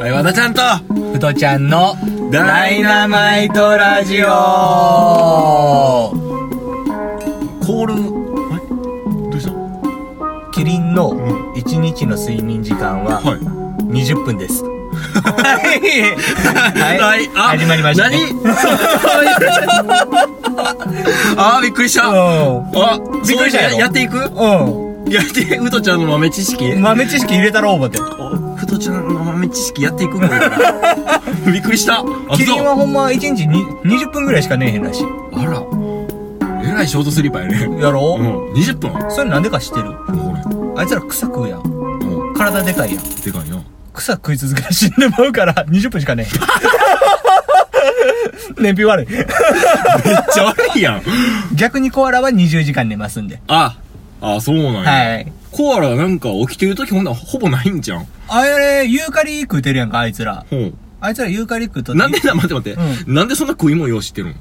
和田ちゃんとふとちゃんのダイナマイトラジオコールはいどうしたキリンの1日の睡眠時間ははい20分です。はいあ始まりましたね何 あーびっくりしたあびっくそういりしたやろうのややっていくうん。やってうとちゃんの豆知識うん。豆知識入れたろう思って。おふとちゃんの豆知識やってい くんだからびっくりしたあキリンそうはほんま1日に20分ぐらいしかねえへんらしい。あらえらいショートスリーパーやねやうろん20分それなんでか知ってるもうあいつら草食うやん。これもう体でかいやん。でかいな草食い続けたら死んでまうから20分しかねえ。 燃費悪い。めっちゃ悪いやん逆にコアラは20時間寝ますんで。ああそうなんや、はい。コアラなんか起きてる時ほんならほぼないんじゃんあれ、ユーカリ食うてるやんか、あいつら。ほあいつらユーカリ食うとうってなんでな待って待って、なんでそんな食い物用意してる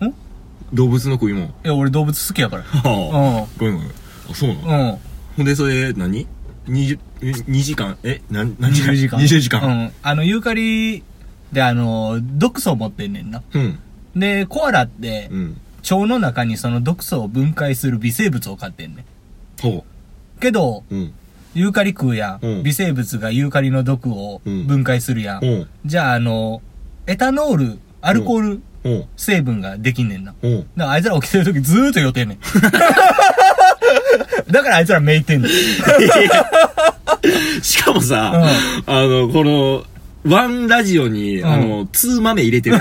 のん動物の食い物いや、俺動物好きやから。はあうごめん。んごめんあそうなの、うん。ほんでそれ何 20, え2時間えなん何20時間。 20時間うん。あの、ユーカリで、あの、毒素を持ってんねんな。うんで、コアラってう、ん腸の中にその毒素を分解する微生物を飼ってんねん。ほけど、ううんユーカリ食うやん。うん微生物がユーカリの毒を分解するやん。ほうじゃあ、あの、エタノール、アルコールほう成分ができんねんな。ほうだからあいつら起きてる時ずーっと 予定ねん。だからあいつらめいてんねん。しかもさ、あの、この、ワンラジオに、んあの、ツー豆入れて る。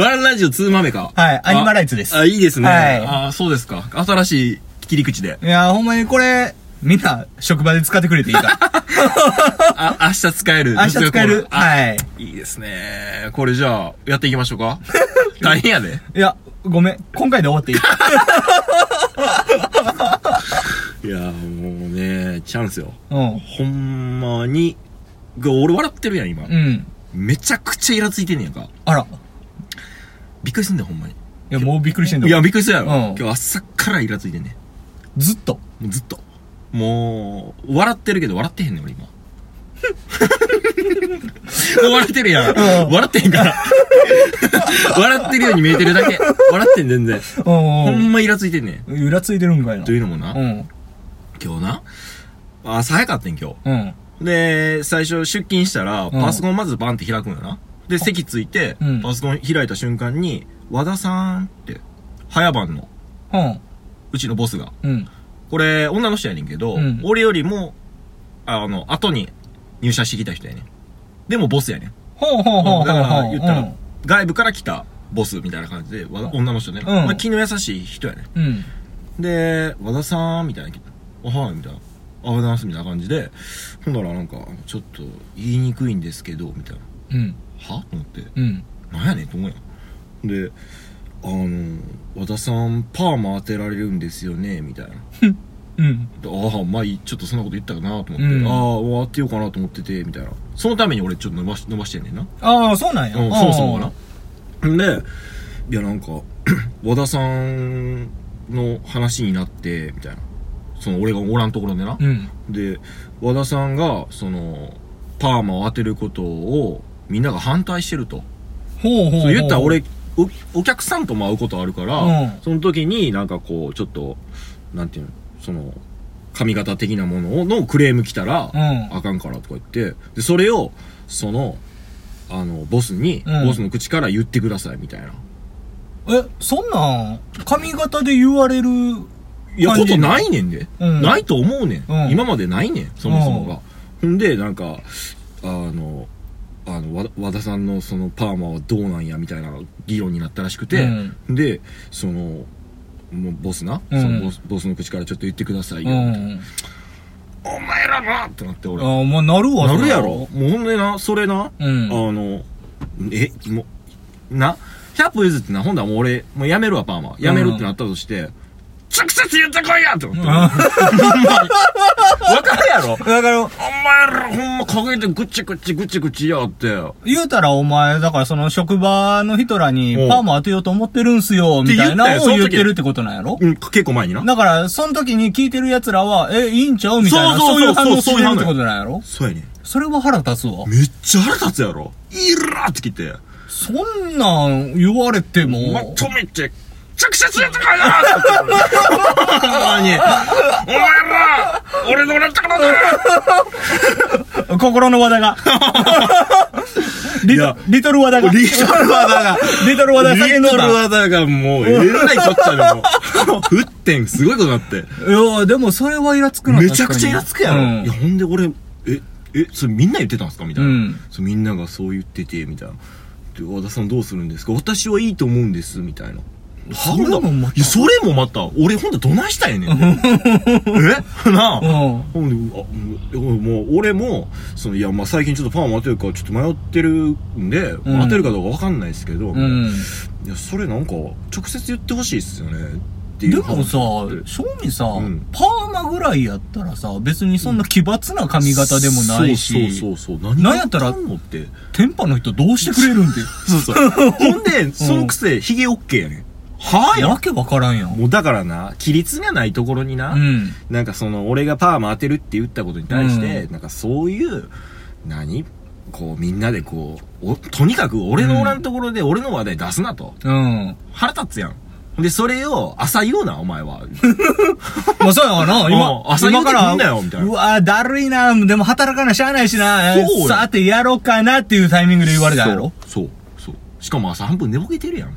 ワンラジオツー豆か。はいアニマライツツですあ、いいですね。はいあ、そうですか。新しい切り口で。いやー、ほんまにこれ、みんな、職場で使ってくれていい から。あ、明日使える。明日使える。あはい。いいですね。これじゃあ、やっていきましょう か。大変やで。いや、ごめん。今回で終わっていいいや、もうね、チャンスよ。うん。ほんまに、が俺笑ってるやん、今う。ん。めちゃくちゃイラついてんねやんか。あら。いびっくりすんだよ、ほんまに。や、もうびっくりしてんだいや、びっくりしたやろ。うん今日朝からイラついてんね。ずっと。もうずっと。もう、笑ってるけど笑ってへんねん、俺 今。笑ってるやん。笑ってへん から。笑ってるように見えてるだけ。笑ってん、全然。うんほうんまイラついてんねん。ん。ゆらついてるんかいなと。いうのもな、うん。今日な、朝早かったん今うん。日。で、最初出勤したら、んパソコンまずバンって開くんよな。で、席ついてうん、パソコン開いた瞬間に、和田さんって、早番の、うん。うちのボスが、うん。これ、女の人やねんけど、うん俺よりも、あの、後に入社してきた人やねん。でもボスやねん。ほうほうほうほうほう。だから、言ったら、うん外部から来たボスみたいな感じで、和田女の人ね。んまあ、気の優しい人やねうん。ん。で、和田さん、みたいな。おはい、みたいな。あ、ございます、みたいな感じで。ほんなら、なんか、あのちょっと、言いにくいんですけど、みたいな。うん。はと思って。うん。なんやねんと思うやん。で、あの、和田さん、パーマ当てられるんですよね、みたいな。うん。でああ、まあいいちょっとそんなこと言ったかなと思って、うんああ、終わってようかなと思ってて、みたいな。そのために俺ちょっと伸ばし、伸ばしてんねんな。ああ、そうなんや。うん、そもそもがな。んで、いやなんか、 和田さんの話になって、みたいな。その俺がおらんところでなう。ん。で、和田さんが、その、パーマを当てることを、みんなが反対してると。ほうほうほう。そう言ったら俺、お、お客さんとも会うことあるから、うんその時になんかこう、ちょっと、なんていうの、その、髪型的なものをのクレーム来たら、うんあかんからとか言って、で、それを、その、あの、ボスに、うんボスの口から言ってください、みたいな。え、そんなん、髪型で言われる。いや、感こじとないねんで。うんないと思うねん,、うん今までないねん、そもそもが。ほんで、なんか、あの、あの、和田和田さんのそのパーマはどうなんや、みたいな議論になったらしくて、で、その、もうボスな、うんそのボスボスの口からちょっと言ってくださいよ。うん。お前らなってなってあ俺。あ、まあ、なるわ。なそるれやはろ。もうほんでな、それな、うん。あの、え、もう、な、100歩譲ってな、ほんだらもう俺、もうやめるわ、パーマ。やめるってなったとして、直接言ってこいやと思 って。わかるやろだから、お前らほんま陰でぐっちぐっちぐっちぐっちやって。言うたらお前、だからその職場の人らにうんパーマ当てようと思ってるんすよ、みたいなのを言ってるってことなんやろうん、結構前にな。だから、その時に聞いてる奴らは、え、いいんちゃうみたいそな、そううそういうそう反応すそうそういうる反応ってことなんやろそうやねんそれは腹立つわ。めっちゃ腹立つやろイラーってきて。そんなん言われても、まとめて、直接やってこいや って言ってくるほんまに。お前ら、俺の俺のところだ心の和田が。リいトやリトル和田が。リリトルワダ が、トル和田リ叫んどトっルた。ワダがもう、えらいこっちゃでも う。沸点すごいことなって。いや、でもそれはイラつくな。めちゃくちゃイラつくやろ。うんいや、ほんで俺、え、え、それみんな言ってたんですかみたいな。うんそうみんながそう言ってて、みたいな。で、和田さんどうするんですか私はいいと思うんです、みたいな。それもまたいや、それもまた、俺ほんとどないしたいねん。えなあ、うん。ほんで、あ、もう、もう俺も、その、いや、まあ、最近ちょっとパーマ当てるか、ちょっと迷ってるんで、ん当てるかどうかわかんないですけど、うん。いや、それなんか、直接言ってほしいっすよね、っていでう。もさ、正味さ、んパーマぐらいやったらさ、別にそんな奇抜な髪型でもないし、そうそうそうそう。何なんやったら言んのって。天パの人どうしてくれるん で。そうそう。 ほんで、そのくせ、ヒゲオッケーやねん。はぁやわけわからんやん。もうだからな、規律がないところにな、うん。なんかその、俺がパーマ当てるって言ったことに対して、うなんかそういう、何こう、みんなでこう、おとにかく俺のおらんところで俺の話題出すなと。うん。腹立つやん。で、それを朝言うな、お前は。まあそうや わな、今う、ん朝言うてくんなよ今みたいなうわだるいな、でも働かなしゃあないしな、えーそうやさてやろうかなっていうタイミングで 言われたんやろそう。そう。そうしかも朝半分寝ぼけてるやん、も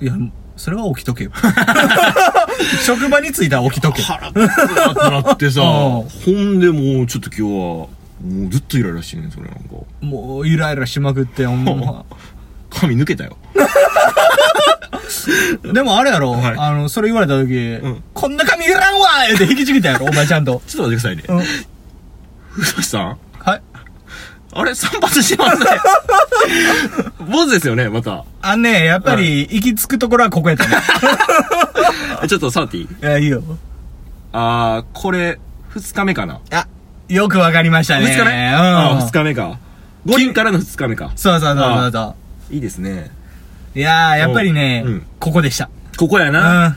う。いや、それは起き とけよ。職場に着いたら起きとけ。腹立つなってなってさ、うんほんでもうちょっと今日は、もうずっとイライラしてんねん、それなんか。もう、イライラしまくって、ほんま。髪抜けたよ。でもあれやろ、はいあの、それ言われた時、んこんな髪いらんわーって引きちぎったやろ、お前ちゃんと。ちょっと待ってくださいね。ふとしさんはい。あれ散髪してますね。坊主ですよね、また。あんね、やっぱり、行き着くところはここやったね。 えちょっとサーティいや、いいよ。あー、これ、二日目かな。あ、よくわかりました二ね。日目うん。二日目か。五人からの二日目か。そうそうそうそうそいいですね。う。いやー、やっぱりね、うんここでした。ここやうな。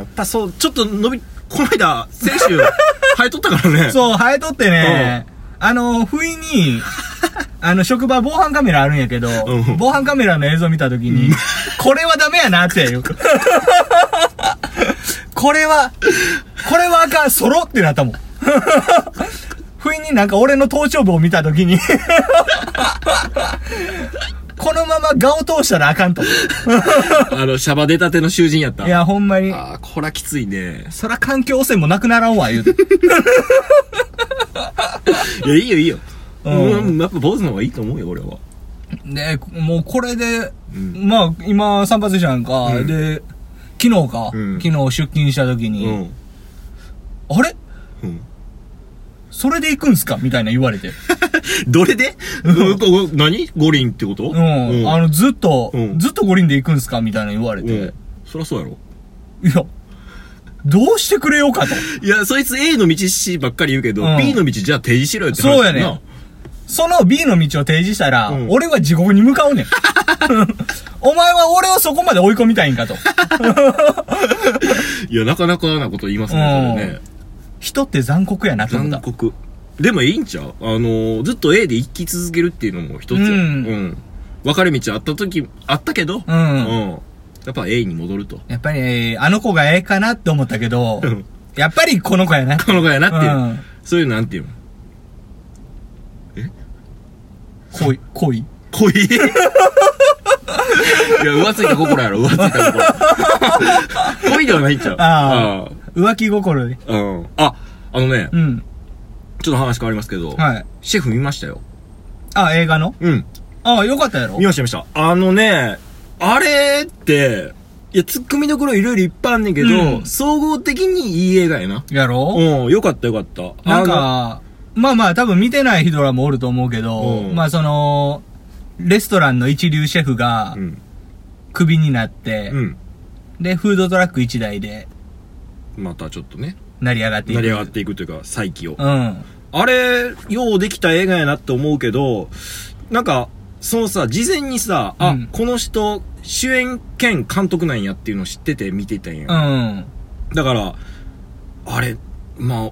うん。ただそう、ちょっと伸び、この間、先週、生えとったから ね。う。 そう、生えとってね、あの、不 意に、あの、職場防犯カメラあるんやけど、うん防犯カメラの映像見たときに、 これはダメやなって いう。これは、これはあかん、ソロってなっ たもん。不意になんか俺の頭頂部を見たと きに、このまま顔通したらあかんと。いあの、シャバ出たての囚人やった。や、ほんまに。ああ、こらきついね。そら環境汚染もなくならんわ、言うて。いや、いいよ、いいよ。ううんん、やっぱ坊主の方がいいと思うよ、俺は。で、もうこれで、んまあ、今散髪したんか、うんで、昨日か、うん昨日出勤した時うに、ん。あれうん。 それで行くんすかみたいな言われて。どれでうんここ何五輪ってことうん。あの、ずっと、うんずっと五輪で行くんすかみたいな言われうて、ん。そりゃそうやろ。いや、どうしてくれようかと。いや、そいつ A の道 C ばっかり言うけど、うん B の道じゃあ提示しろよって話そうやねな。その B の道を提示したら、うん俺は地獄に向かうねん。 お前は俺をそこまで追い込みたいんかと。いや、なかなかなこと言いますうね、んそれね。人って残酷やなと思った残。酷。でもいいんちゃうあのー、ずっと A で生き続けるっていうのも一つや。ううんん。分かれ道あった時、あったけど、うんやっぱ A に戻ると。やっぱり、えーあの子がええかなって思ったけどうん、やっぱりこの子やな。この子やなっていう。うんそういうのなんていうの恋、恋。 恋いや、浮ついた心やろ、浮ついた 心。恋ではないんちゃうあ浮気心で。あ。うん。あ、あのね、うん。ちょっと話変わりますけど、はい。シェフ見ましたよ。あ、映画のうん。あよかったやろ見ました見ました。あのね、あれって、いや、ツッコミどころいろいろいっぱいあんねんけど、うん総合的にいい映画やな。やろうん、よかったよかった。なんあか、まあまあ多分見てない人らもおると思うけど、うんまあその、レストランの一流シェフがの、うん。クビになって、うん。で、フードトラック一台で、またちょっとね、成り上がっていく。成り上がっていくというか、再起を。うん。あれ、ようできた映画やなって思うけど、なんか、そのさ、事前にさ、あ、うんこの人、主演兼監督なんやっていうの知ってて見てたんや。うん。だから、あれ、まあ、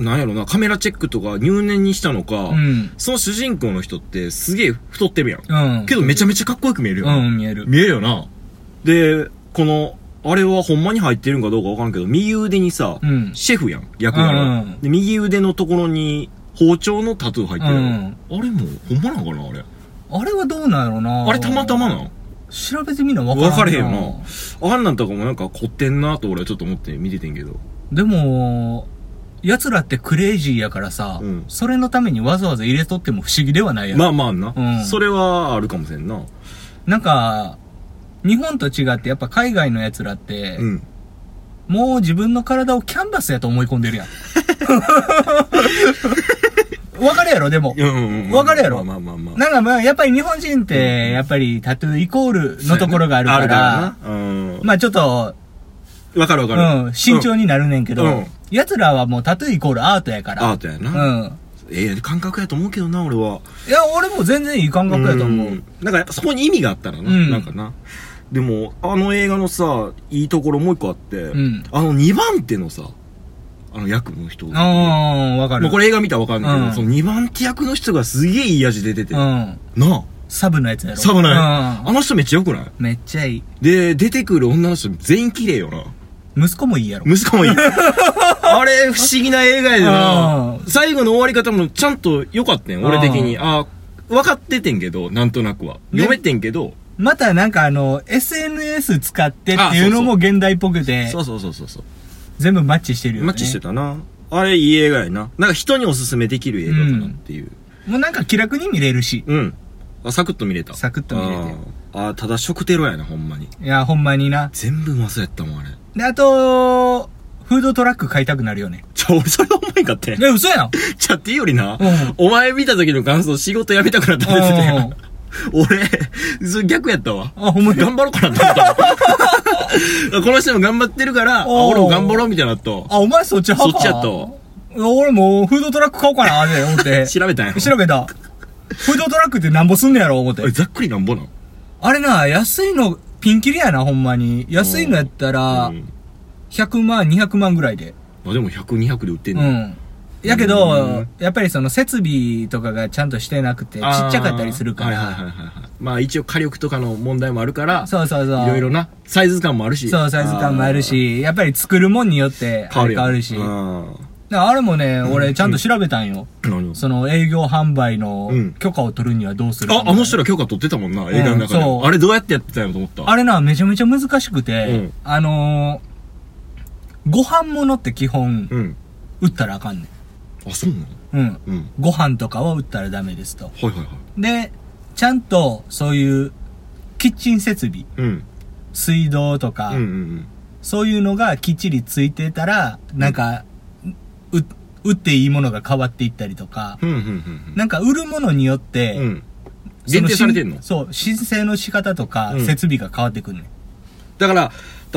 なんやろな、カメラチェックとか入念にしたのか、うん。その主人公の人ってすげえ太ってるやん。うん。けどめちゃめちゃかっこよく見えるような、ん、見える。見えるよな。で、この、あれはほんまに入ってるんかどうかわからんけど、右腕にさ、うん。シェフやん、役柄、うんで、右腕のところに包丁のタトゥー入ってるやんあれもう、ほんまなんかな、あれ。あれはどうなんやろなあれたまたまなん調べてみな分からわん。からへんよな。あんなんとかもなんか凝ってんなと俺はちょっと思って見ててんけど。でも、奴らってクレイジーやからさ、うんそれのためにわざわざ入れとっても不思議ではないやん。まあまあな、うんそれはあるかもしれんな。なんか、日本と違ってやっぱ海外の奴らって、うん。もう自分の体をキャンバスやと思い込んで るやん。わかるやろ、でも。うんうんうんわかるやろまあまあまあまあ。なんかまあ、やっぱり日本人って、やっぱりタトゥーイコールのところがあるかそうやなあら、るからな。まあちょっと、うん。わかるわうかる。ん、慎重になるねんけど、うん奴らはもうタトゥーイコールアートやかアーら。トやうな。ん。ええ感覚やと思うけどな、俺は。いや、俺も全然いい感覚やと思う。んなんかやっぱそこに意味があったらな、うんなんかな。でも、あの映画のさ、いいところもう一個あって、んあの2番手のさ、あの役の人。うーん、わかる。まあ、これ映画見たらわかんないけど、うんその2番手役の人がすげえいい味出てて。うなあ、ん。サブのやつやろ。サブない、うんあの人めっちゃ良くないめっちゃいい。で、出てくる女の人全員綺麗よな。息子もいいやろ。息子 もいい。あれ、不思議な映画やでなう。ん最後の終わり方もちゃんと良かったんよ、俺的に。あー分かっててんけど、なんとなくは。ね読めてんけど、またなんかあの、SNS 使ってってあいうのもそう現代っぽくてそ、うそうそうそうそう。全部マッチしてるよね。マッチしてたな。あれ、いい映画やな。なんか人におすすめできる映画かなっていう。もうなんか気楽に見れるし。うん。あ、サクッと見れた。サクッと見れてあーあー、ただ食テロやな、ほんまに。いや、ほんまにな。全部うまそうやったもん、あれ。で、あと、フードトラック買いたくなるよ ね。ちょ、俺それ思いんかって ん。え、嘘やんちゃっていうよりなうん、お前見た時の感想、仕事辞めたくなったって言ってたやん うん 俺、それ逆やったわ。あ、ほんまに。頑張ろうかなって思った わこの人も頑張ってるから、あおー俺も頑張ろうみたいになったわあ、お前そっち派かそっちやったわ俺もうフードトラック買おうかな、って思っ て。調べたんやろ。調べた。フードトラックってなんぼすんねやろ、思ってえ。ざっくりなんぼなんあれな、安いの、ピンキリやな、ほんまに。安いのやったらう、ん100万、200万ぐらいで。あでも100、200で売ってんうねん。ん。やけうどん、やっぱりその設備とかがちゃんとしてなくて、ちっちゃかったりするかあーはいはら。いはいはいはい。まあ一応火力とかの問題もあるから、そうそうそいう。ろいろな、サイズ感もあるし。そう、サイズ感もあるし、やっぱり作るもんによってあー、あれ変わるし。よだねかあらあれもね、俺ちゃんと調べたんよ。ー何をその営業販売のうん許可を取るにはどうするあ、あの人ら。ら許可取ってたもんな、映画の中うんで。そうあれどうやってやってたんやと思った。あれな、めちゃめちゃ難しくて、うんあのー、ご飯物って基本、うん。売ったらあかんねあ、そうなのん。ううん。ん。はご飯とかは売ったらダメですと。いはいはい。で、ちゃんと、そういう、キッチン設備、うん。水道とか、うんうんそういうのがきっちりついてたら、なんか、う、売っていいものが変わっていったりとか、うん。うんうんうんなんか売るものによって、うん。うん。限定されてんのその申そう、申請の仕方とか、うん設備が変わってくんねん。だから、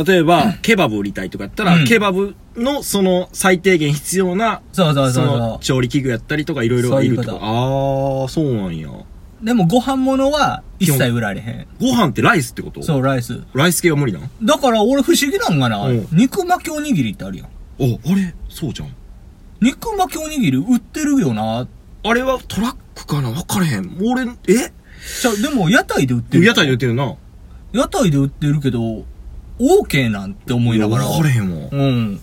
例えば、ケバブ売りたいとかやったら、うんケバブのその最低限必要な、そうそうそうのそ調理器具やったりとかいろいろいるとそういうこか。ああ、そうなんや。う。でもご飯物は一切売られへん。ご飯ってライスってことそう、ライス。ライス系は無理なんだから俺不思議なんかな、うん肉巻きおにぎりってあるやん。お、あれそうじゃん。肉巻きおにぎり売ってるよな。あれはトラックかなわからへん。俺、えじゃ、でも屋台で売ってる。屋台で売ってるな。屋台で売ってるけど、OK なんて思いながら。わからへんわ。うん。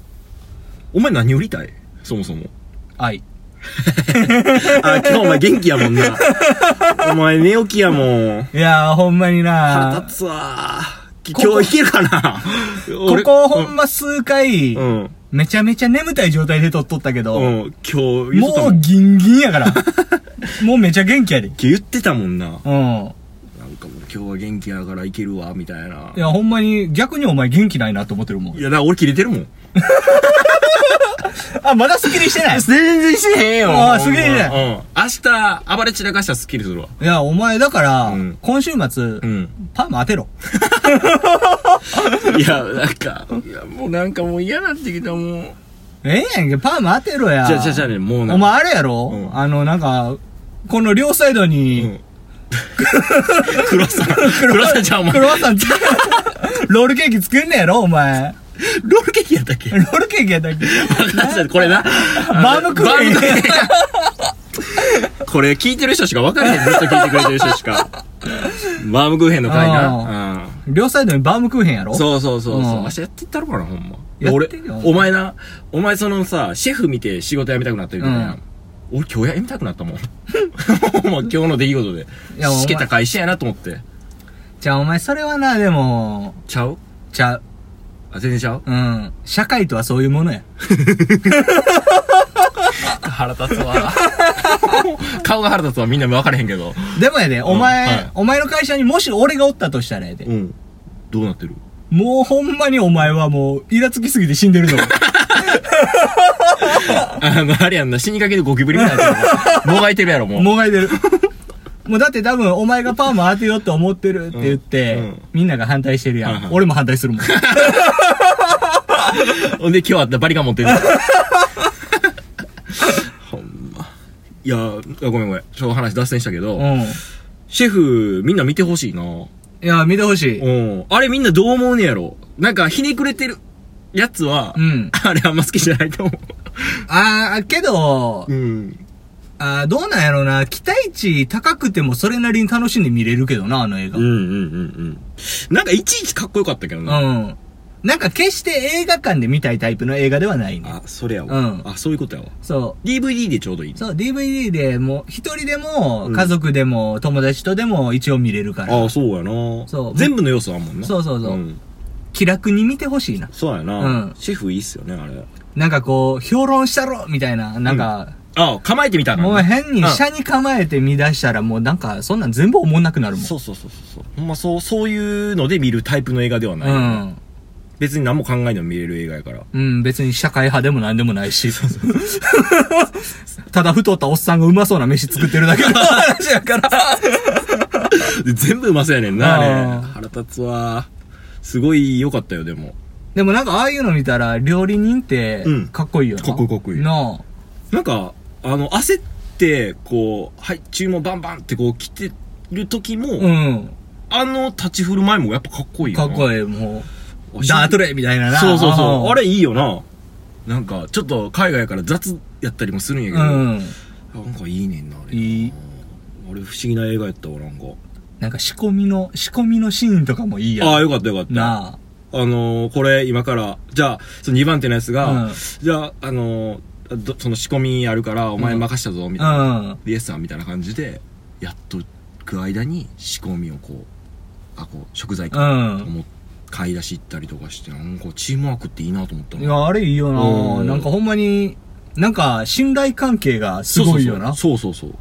お前何売りたいそもそも。愛。あ、今日お前元気やもんな。 お前寝起きやもん。いやー、ほんまに腹な立つわー。こ今日いけるかなここほんま数回、うん。めちゃめちゃ眠たい状態で撮っとったけど、うん、今日言ってたも。もうんギンギンやから。 もうめちゃ元気やで。言ってたもんな。うなん。んかもう今日は元気やからいけるわ、みたいな。いや、ほんまに逆にお前元気ないなと思ってるもん。いや、だから俺切れてるもん。あ、まだスッキリして ない。い全然してへんよあーすげえねほんまうん。明日、暴れ散らかしたらスッキリするわ。や、お前だから、うん今週末、うん。パーマ当てろ。 いや、なんか、いや、もうなんかもう嫌なってきた、もう。ええやんけ、パーマ当てろや。じゃあじゃあじゃあね、もうなお前あれやろ、うんあの、なんか、この両サイドに、うん。 黒さん。黒さんじゃあお前、クロワッサン作るロールケーキ作んねやろお前。ロールケーキやったっ けロールケーキやったっけ話したこれな。バームクーヘンバムクヘンこれ聞いてる人しか分からへん。ずっと聞いてくれてる人しか。バームクーヘンの回な。うん。両サイドにバームクーヘンやろう。そうそうそうそう。うん明日やってったろかな、ほんま。やっ俺てるよ、お前な、お前そのさ、シェフ見て仕事辞めたくなったみたいな。うん俺今日辞めたくなったもん。 ほんま今日の出来事でいやお。前しけた会社やなと思って。じゃあお前それはな、でも、ちゃうちゃう、あ、全然ちゃううん。社会とはそういうものや。腹立つわ。 顔が腹立つわ。みんな分からへんけど。でもやで、お前、はいお前の会社にもし俺がおったとしたらやで、うん。どうなってるもうほんまにお前はもう、イラつきすぎて死んでるぞ。あの、あれやんな、死にかけでゴキブリみたいなやつやな。もがいてるやろ、もう。もがいてる。もうだって多分お前がパーマ当てようって思ってるって言って、うんうんみんなが反対してるやん。はいはい俺も反対す るもん。ほんで、今日あったバリカン持ってる。 ほんま。いや、ごめんごめん。ちょっと話脱線したけど、うん。シェフ、みんな見てほしいな。いや、見てほしい。うん。あれみんなどう思うねやろ。なんか、ひねくれてるやつは、うんあれあんま好きじゃないと思あー、けど、う。うん。あーどうなんやろな、期待値高くてもそれなりに楽しんで見れるけどな、あの映画。うんううん。うんんうん。なんか、いちいちかっこよかったけどな。なんか決して映画館で見たいタイプの映画ではないね。あ、それやわ、うんあ、そういうことやわ。そ。。DVD でちょうどいいうそう、DVD でも、一人でもう、ん家族でも、友達とでも一応見れるから。ああ、そうやな。そう全部の要素あんもんな。そうそうそうん気楽に見てほしいな。そうやな、うんシェフいいっすよね、あれ。なんかこう、評論したろみたいな、なんか、ああ、構えてみたな。もう変にうん車に構えて見出したら、もうなんか、そんなん全部思んなくなるもん。そうそうそうそう。ほんまそう、そういうので見るタイプの映画ではない。うん。別に何も考えないでも見れる映画やから。うん、別に社会派でも何でもないし。 ただ太ったおっさんがうまそうな飯作ってるだけの 話やから。で全部うまそうやねんな、ああれ。ー腹立つわ。すごい良かったよ、でも。でもなんかああいうの見たら、料理人ってうん、かっこいいよな。かっこいいかっこいいななんか、あの、焦って、こう、はい、注文バンバンってこう来てる時も、あうん。あの立ち振る舞いもやっぱかっこいいかよっな。こいいい、もう。シェフダートレイみたいなな。そうそうそう。あれれいいよな。なんか、ちょっと海外やから雑やったりもするんやけうど、ん。なんかいいねんな、あれ。いいあれ不思議な映画やったわ、なんか。なんか仕込みの、仕込みのシーンとかもいいやん。ああ、よかったよかった。あ。なのー、これ今から、じゃあ、その2番手のやつあ。が、うんじゃあ、あのーどその仕込みあるから、お前任したぞ、みたいな。うん。でイエスさんみたいな感じで、やっとく間に仕込みをこう、あ、こう、食材うか、ん。もう買い出し行ったりとかして、なんかチームワークっていいなと思ったいの。や、あれいいような。んなんかほんまに、なんか信頼関係がすそうそうそうごいよな。そうそうそう。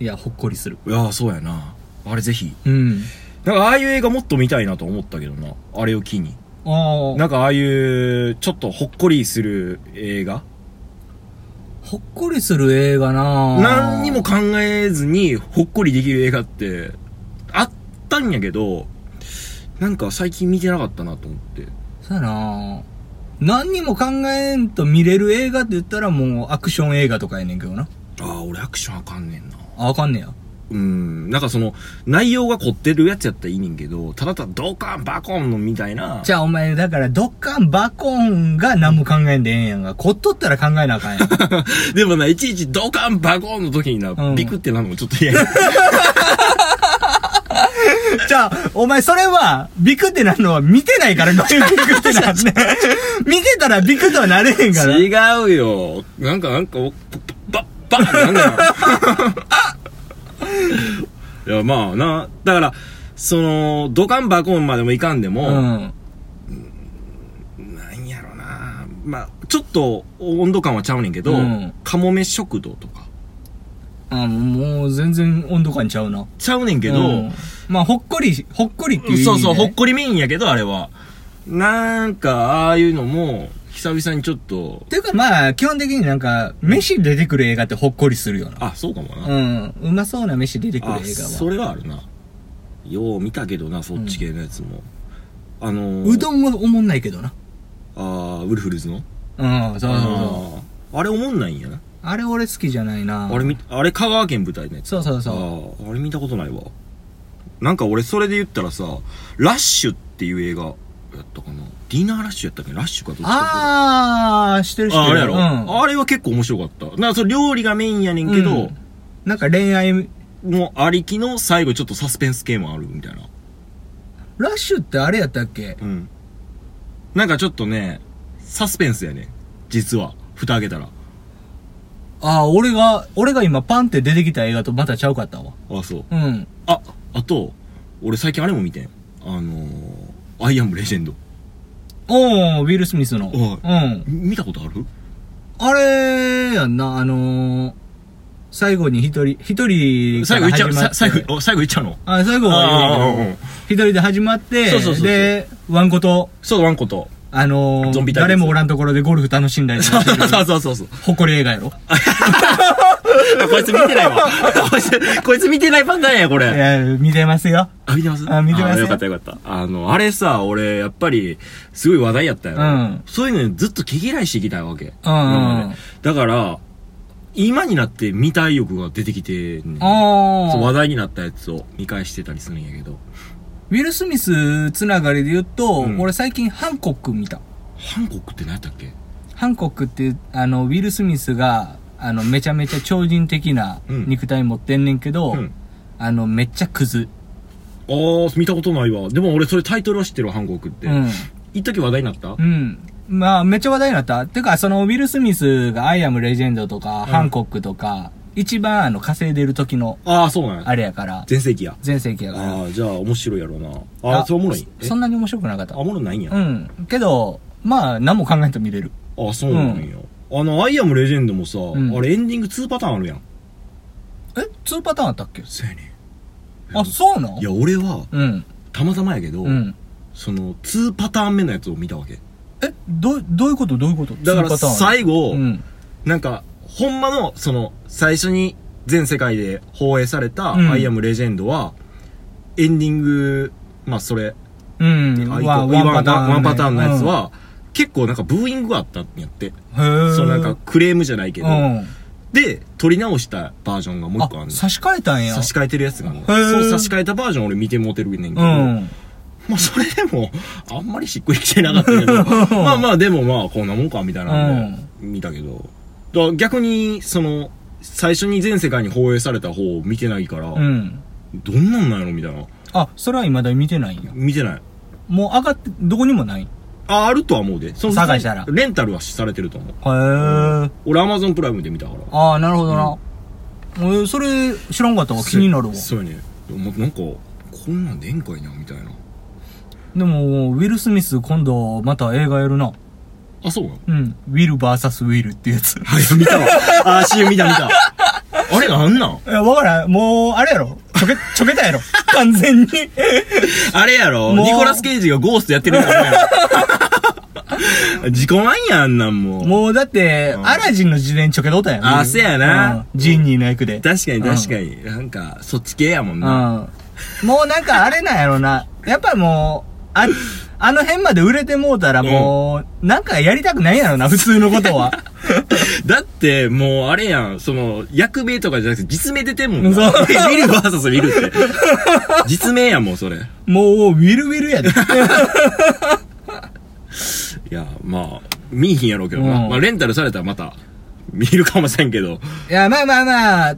いや、ほっこりする。いやーそうやな。あれぜひ。うん。なんかああいう映画もっと見たいなと思ったけどな。あれを機に。ああ。なんかああいう、ちょっとほっこりする映画ほっこりする映画なぁ何にも。考えずにほっこりできる映画って、あったんやけど、なんか最近見てなかったなと思って。そうやなぁ何にも考えんと見れる映画って言ったらもうアクション映画とかやねんけどな。ああ、俺アクションあかんねんな。あ、わかんねや。うん。なんかその、内容が凝ってるやつやったらいいねんけど、ただただドカンバコンのみたいな。じゃあお前、だからドッカンバコンが何も考えんでええんやんが、こっとったら考えなあかんやん。 でもな、いちいちドカンバコンの時にな、うんビクってなるのもちょっと嫌や。じゃあ、お前それは、ビクってなるのは見てない から、ビクってなるね。見てたらビクとはなれへんから。違うよ。なんか、なんか、おば、ば、ば、なんだ よ。いや、まあな、だから、その、ドカンバコンまでもいかんでうも、ん。なんやろな。まあ、ちょっと温度感はちゃうねんけど、うんカモメ食堂とか、あ、もう全然温度感ちゃうな。ちゃうねんけど、うんまあ、ほっこり、ほっこりっていう意味で、そうそう、ほっこりメインやけど、あれは。なんか、ああいうのも、久々にちょっとていうかまあ、基本的になんか、飯出てくる映画ってほっこりするよな。あそうかもな、うん。うまそうな飯出てくるあ映画そは。れはあるなよう見たけどなそっち系のやつも、あのー、うどんはおもんないけどな。ああウルフルズのうん、そうそうそう。あーあれおもんないんやなあれ俺好きじゃないな。あれみあれ香川県舞台のやつそうそうそう。あーあれ見たことないわなんか俺それで言ったらさ「ラッシュ」っていう映画やったかなディナーラッシュやったっけラッシュかどっちかあー、してるしてる。ああれやろ、うん。あれは結構面白かった。な、それ料理がメインやねんけど、なんか恋愛、もうありきの最後ちょっとサスペンス系もあるみたいな。ラッシュってあれやったっけうん。なんかちょっとね、サスペンスやねん。実は。蓋開けたら。あー、俺が、俺が今パンって出てきた映画とまたちゃうかったわ。あ、そう。うん。あ、あと、俺最近あれも見てん。あのー、アイアムレジェンド。おー、ウィル・スミスの。おいうん。み見たことあるあれやんな、あのー、最後に一人、一人か最後らいっち始ゃう、まっさて。最後、お最後いっちゃうのあ、最後あはーうんうん一人で始まって、そうそうそうそうで、ワンコと、そう、ワンコと。あのゾンビ対ー、決誰もおらんところでゴルフ楽しんだりとかして るそうそうそうそう。 誇り映画やろあこいつ見てない わ。こいつ、こいつ見てないパンダや、これいや、見てますよ。あ、見てますあ見てますあよかったよかった。あの、あれさ、俺、やっぱり、すごい話題やったよ、うんそういうのにずっと毛嫌いしてきたわけ。うんうん今までだから、今になって見たい欲が出てきてんねん、あそうあ話。題になったやつを見返してたりするんやけど。ウィル・スミスつながりで言うと、うん俺最近ハンコック見た。ハンコックって何やったっけハンコックっていう、あの、ウィル・スミスが、あの、めちゃめちゃ超人的なうん肉体持ってんねんけど、うんあの、めっちゃクズ。あー、見たことないわ。でも俺それタイトルは知ってるわハンコックって。うん。一時話題になったうん。まあ、めっちゃ話題になった。てか、その、ウィル・スミスが、アイアム・レジェンドとか、んハンコックとか、一番、あの、稼いでる時の、あー、そうなんや。あれやから、全盛期や。全盛期やから。あー、じゃあ面白いやろうな。あー、それおもろい。えそんなに面白くなかったあ、。おもろないんや。うん。けど、まあ、何も考えんと見れる。あ、そうなんや。あの、アイアムレジェンドもさ、んあれエンディング2パターンあるやん。え ?2 パターンあったっけそうやねあ、そうなのいや、俺は、うん。たまたまやけど、うん。その、2パターン目のやつを見たわけ。え、ど、どういうことどういうことだかツら、ーパターン最後、うん。なんか、ほんまの、その、最初に全世界で放映された、うんアイアムレジェンドは、エンディング、まあ、それ、うん。あわいこワンパターン、ワンパターンのやつ、ねは、結構なんかブーイングがあったんやって。うんへーそうなんか、クレームじゃないけど、うん。で、撮り直したバージョンがもう一個あある、の。差し替えたんや。差し替えてるやつがね。へーそう差し替えたバージョン俺見てもうてるねんけど、うん。まあそれでも、あんまりしっくりきてなかったけ ど、まあまあでもまあこんなもんかみたいなんで、見たけど。だから逆に、その、最初に全世界に放映された方を見てないから、うん。どんなんなんやろみたいな。あ、それは未だに見てないんや。見てない。もう上がって、どこにもないへあ、あるとは思うで。その探したらレンタルはされてると思う。ー。俺アマゾンプライムで見たから。ああ、なるほどな。え、それ、知らんかったわ。気になるわ。そうやね。もうなんか、こんなんでええんかいな、みたいな。でも、ウィル・スミス今度、また映画やるな。あ、そうなのうん。ウィル VS ウィルってやつ。 はい、見たわ。 あー、CM 見た見た。あれなんなんいや、わからん。もう、あれやろ。ちょけ、ちょけたやろ。完全に。あれやろもうニコラス・ケイジがゴーストやってるからね。自己満やん、あんなんもう。もう、だって、んアラジンの自伝ちょけとったやん。あせやなうんジンニーの役で。確かに確かに。なんか、そっち系やもんうん。な。もうなんかあれなんやろな。やっぱもう、あ、あの辺まで売れてもうたらもう、なんかやりたくないやろな、普通のこ とは。だって、もうあれやん、その、役名とかじゃなくて実名出てんもんな。そ うウィルバーサスウィルって。実名やもん、それ。いもう、ウィルウィ ルやで。や、まあ、見いひんやろうけどな。うんまあ、レンタルされたらまた、見るかもしれんけど。いや、まあまあまあ、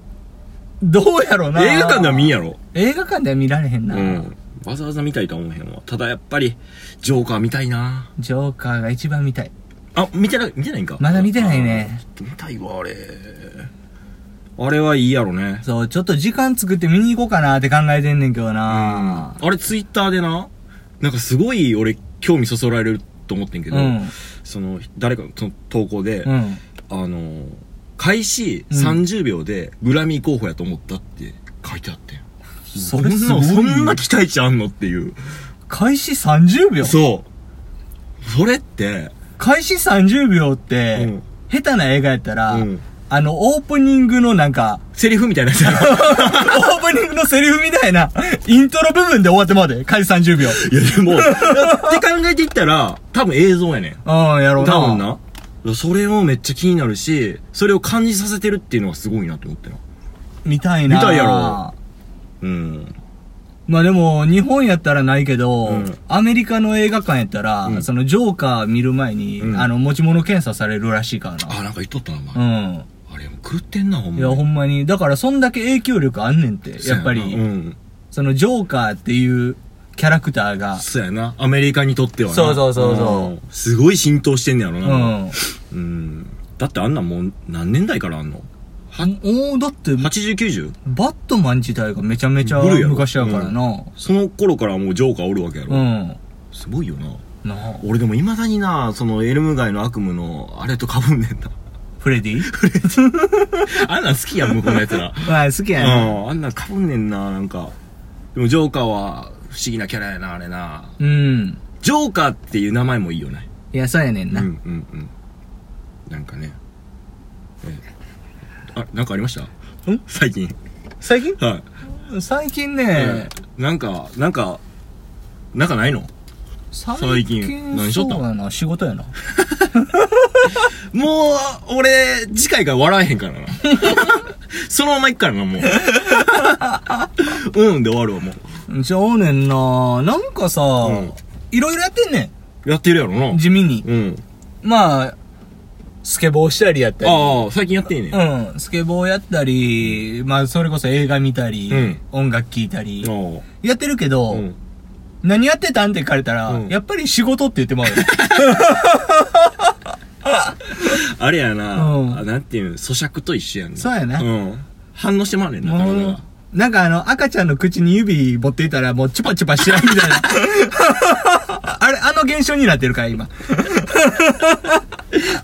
どうやろな。映画館では見んやろ。映画館では見られへんな。うん。わざわざ見たいとは思えへんわ。ただやっぱり、ジョーカー見たいな。ジョーカーが一番見たい。あ、見てない、見てないんかまだ見てないね。あ見たいわ、あれ。あれはいいやろね。そう、ちょっと時間作って見に行こうかなって考えてんねんけどなあれ、ツイッターでな、なんかすごい俺、興味そそられると思ってんけど、うんその、誰かのその投稿で、うん。あの、開始うん30秒でグラミー候補やと思ったって書いてあってん。それすごいそんな、そんな期待値あんのっていう。開始30秒そう。それって、開始30秒って、うん下手な映画やったら、うんあの、オープニングのな んか、セリフみたいなやつやろオープニングのセリフみたいな、イントロ部分で終わってまうで、開始30い秒。やでも、って考えていったら、多分映像やねん。うん、やろうな。多分な。それもめっちゃ気になるし、それを感じさせてるっていうのがすごいなと思ってな。見たいな。見たいやろうん。まあでも、日本やったらないけど、うんアメリカの映画館やったら、うんそのジョーカー見る前に、うんあの、持ち物検査されるらしいからあ、なんか言っとったな、お前。な。あれ、もう狂ってんな、ほうんん。いや、まほんまに。だから、そんだけ影響力あんねんって。に。やっぱり、そうやなうん。そのジョーカーっていうキャラクターが、そうやな。アメリカにとってはなそうそうそうそうんすごい浸透してんねやろうな。ん。うん。だってあんなんもう何年代からあんのおおだって、 ?80、90? バットマン自体がめちゃめちゃブルーやろ昔やからな。その頃からもうジョーカーおるわけやうろ。ん。すごいよな。なあ俺でも未だにな、そのエルム街の悪夢のあれと被んねんな。フレディ あんなん好きやん、向こうのやつら。まあ、好きやうな。ん、あんなん被んねんな、なんか。でもジョーカーは不思議なキャラやな、あれな。うん。ジョーカーっていう名前もいいよね。いや、そうやねんうんな。うんうん。なんかね。えあ、なんかありましたん最近。最近はい。最近ね、うんなんか、なんか、なんかないの最最近近、何しとったんそうやな、仕事やな。もう、俺、次回から笑えへんから な。そのまま行くからな、もう。うんで終わるわ、もちゃうねんな。なんかさ、んいろいろやってんねう。やってるやろん。な。地味に。うん。まあ、スケボーしたりやったり。ああ、最近やってんねん。あうん。スケボーやったり、まあ、それこそ映画見たり、うん音楽聴いたり、あ。やってるけど、うん。何やってたんって聞かれたら、うんやっぱり仕事って言ってまうよ。あれやな、うんあなんていうの、咀嚼と一緒やんな。そうやなうん。反応してまうねんな、もう体が。なんかあの、赤ちゃんの口に指持っていたら、もうチュパチュパしないみたいな。あれ、あの現象になってるから、今。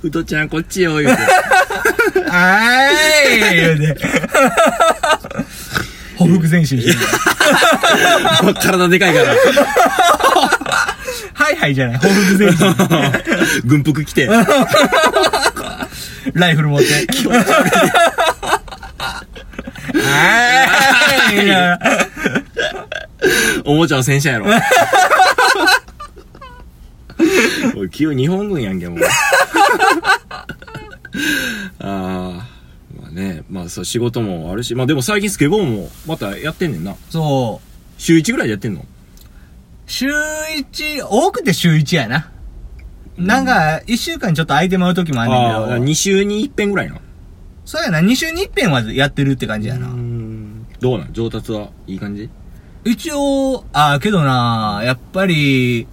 うとちゃん、こっちよ、言うて。あーい言うて。ほふく前進してる。体でかいから。はいはいじゃない。ほふく前進。 軍服 着て。ライフル持って。あーい言いながらおもちゃは戦車やろ。 おい、急に日本軍やんけ、もう。 あー、まあね、まあそう、仕事もあるし、まあでも最近スケボーもまたやってんねんな。そう。週1ぐらいでやってんの週1、多くて週1やな。なんか、1週間ちょっと空いてまう時もあああるー、んだけど。 2週に1遍ぐらいな。そうやな、2週に1遍はやってるって感じやな。ん。どうなん上達はいい感じ一応、ああ、けどな、やっぱり、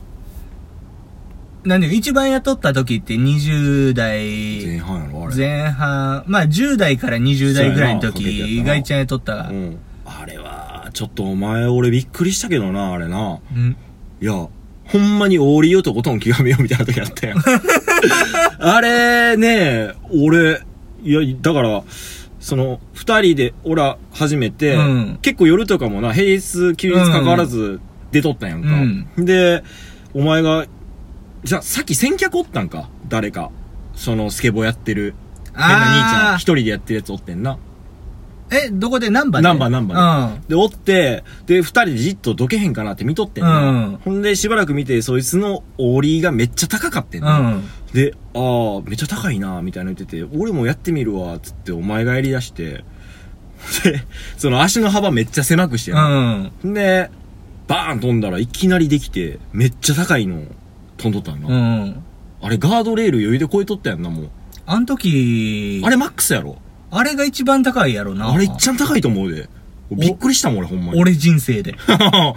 なんで、一番やっとった時って20前代半やろ、あれ。前半、まあ10代から20代ぐらいのそうやなかけてやった時なが一番やっとったが、うん。あれは、ちょっとお前、俺びっくりしたけどな、あれな。うん。いや、ほんまにオーリー男との極めようみたいな時あった やん。あれね、俺、いや、だから、その、二人で、俺は初めて、うん結構夜とかもな、平日、休日関わらず出とったやんか。で、お前が、じゃあ、さっき先客おったんか誰か。その、スケボーやってる。変な兄ちゃん、あ一あ、人でやってるやつおってんな。え、どこでナンバーナンバーナンバうん。で、おって、で、二人でじっとどけへんかなって見とってんの。うんほんで、しばらく見て、そいつのオーリーがめっちゃ高かってんうの。ん。で、あー、めっちゃ高いなみたいな言ってて、俺もやってみるわ、つってお前がやりだして、で、その足の幅めっちゃ狭くしてんうの。ん。ほんで、バーン飛んだらいきなりできて、めっちゃ高いの飛んどったんうな。ん。あれガードレール余裕で超えとったやんな、もう。あの時、あれマックスやろあれが一番高いやろな。あれいっちゃん高いと思うで。びっくりしたもん、俺ほんまに。俺人 生で。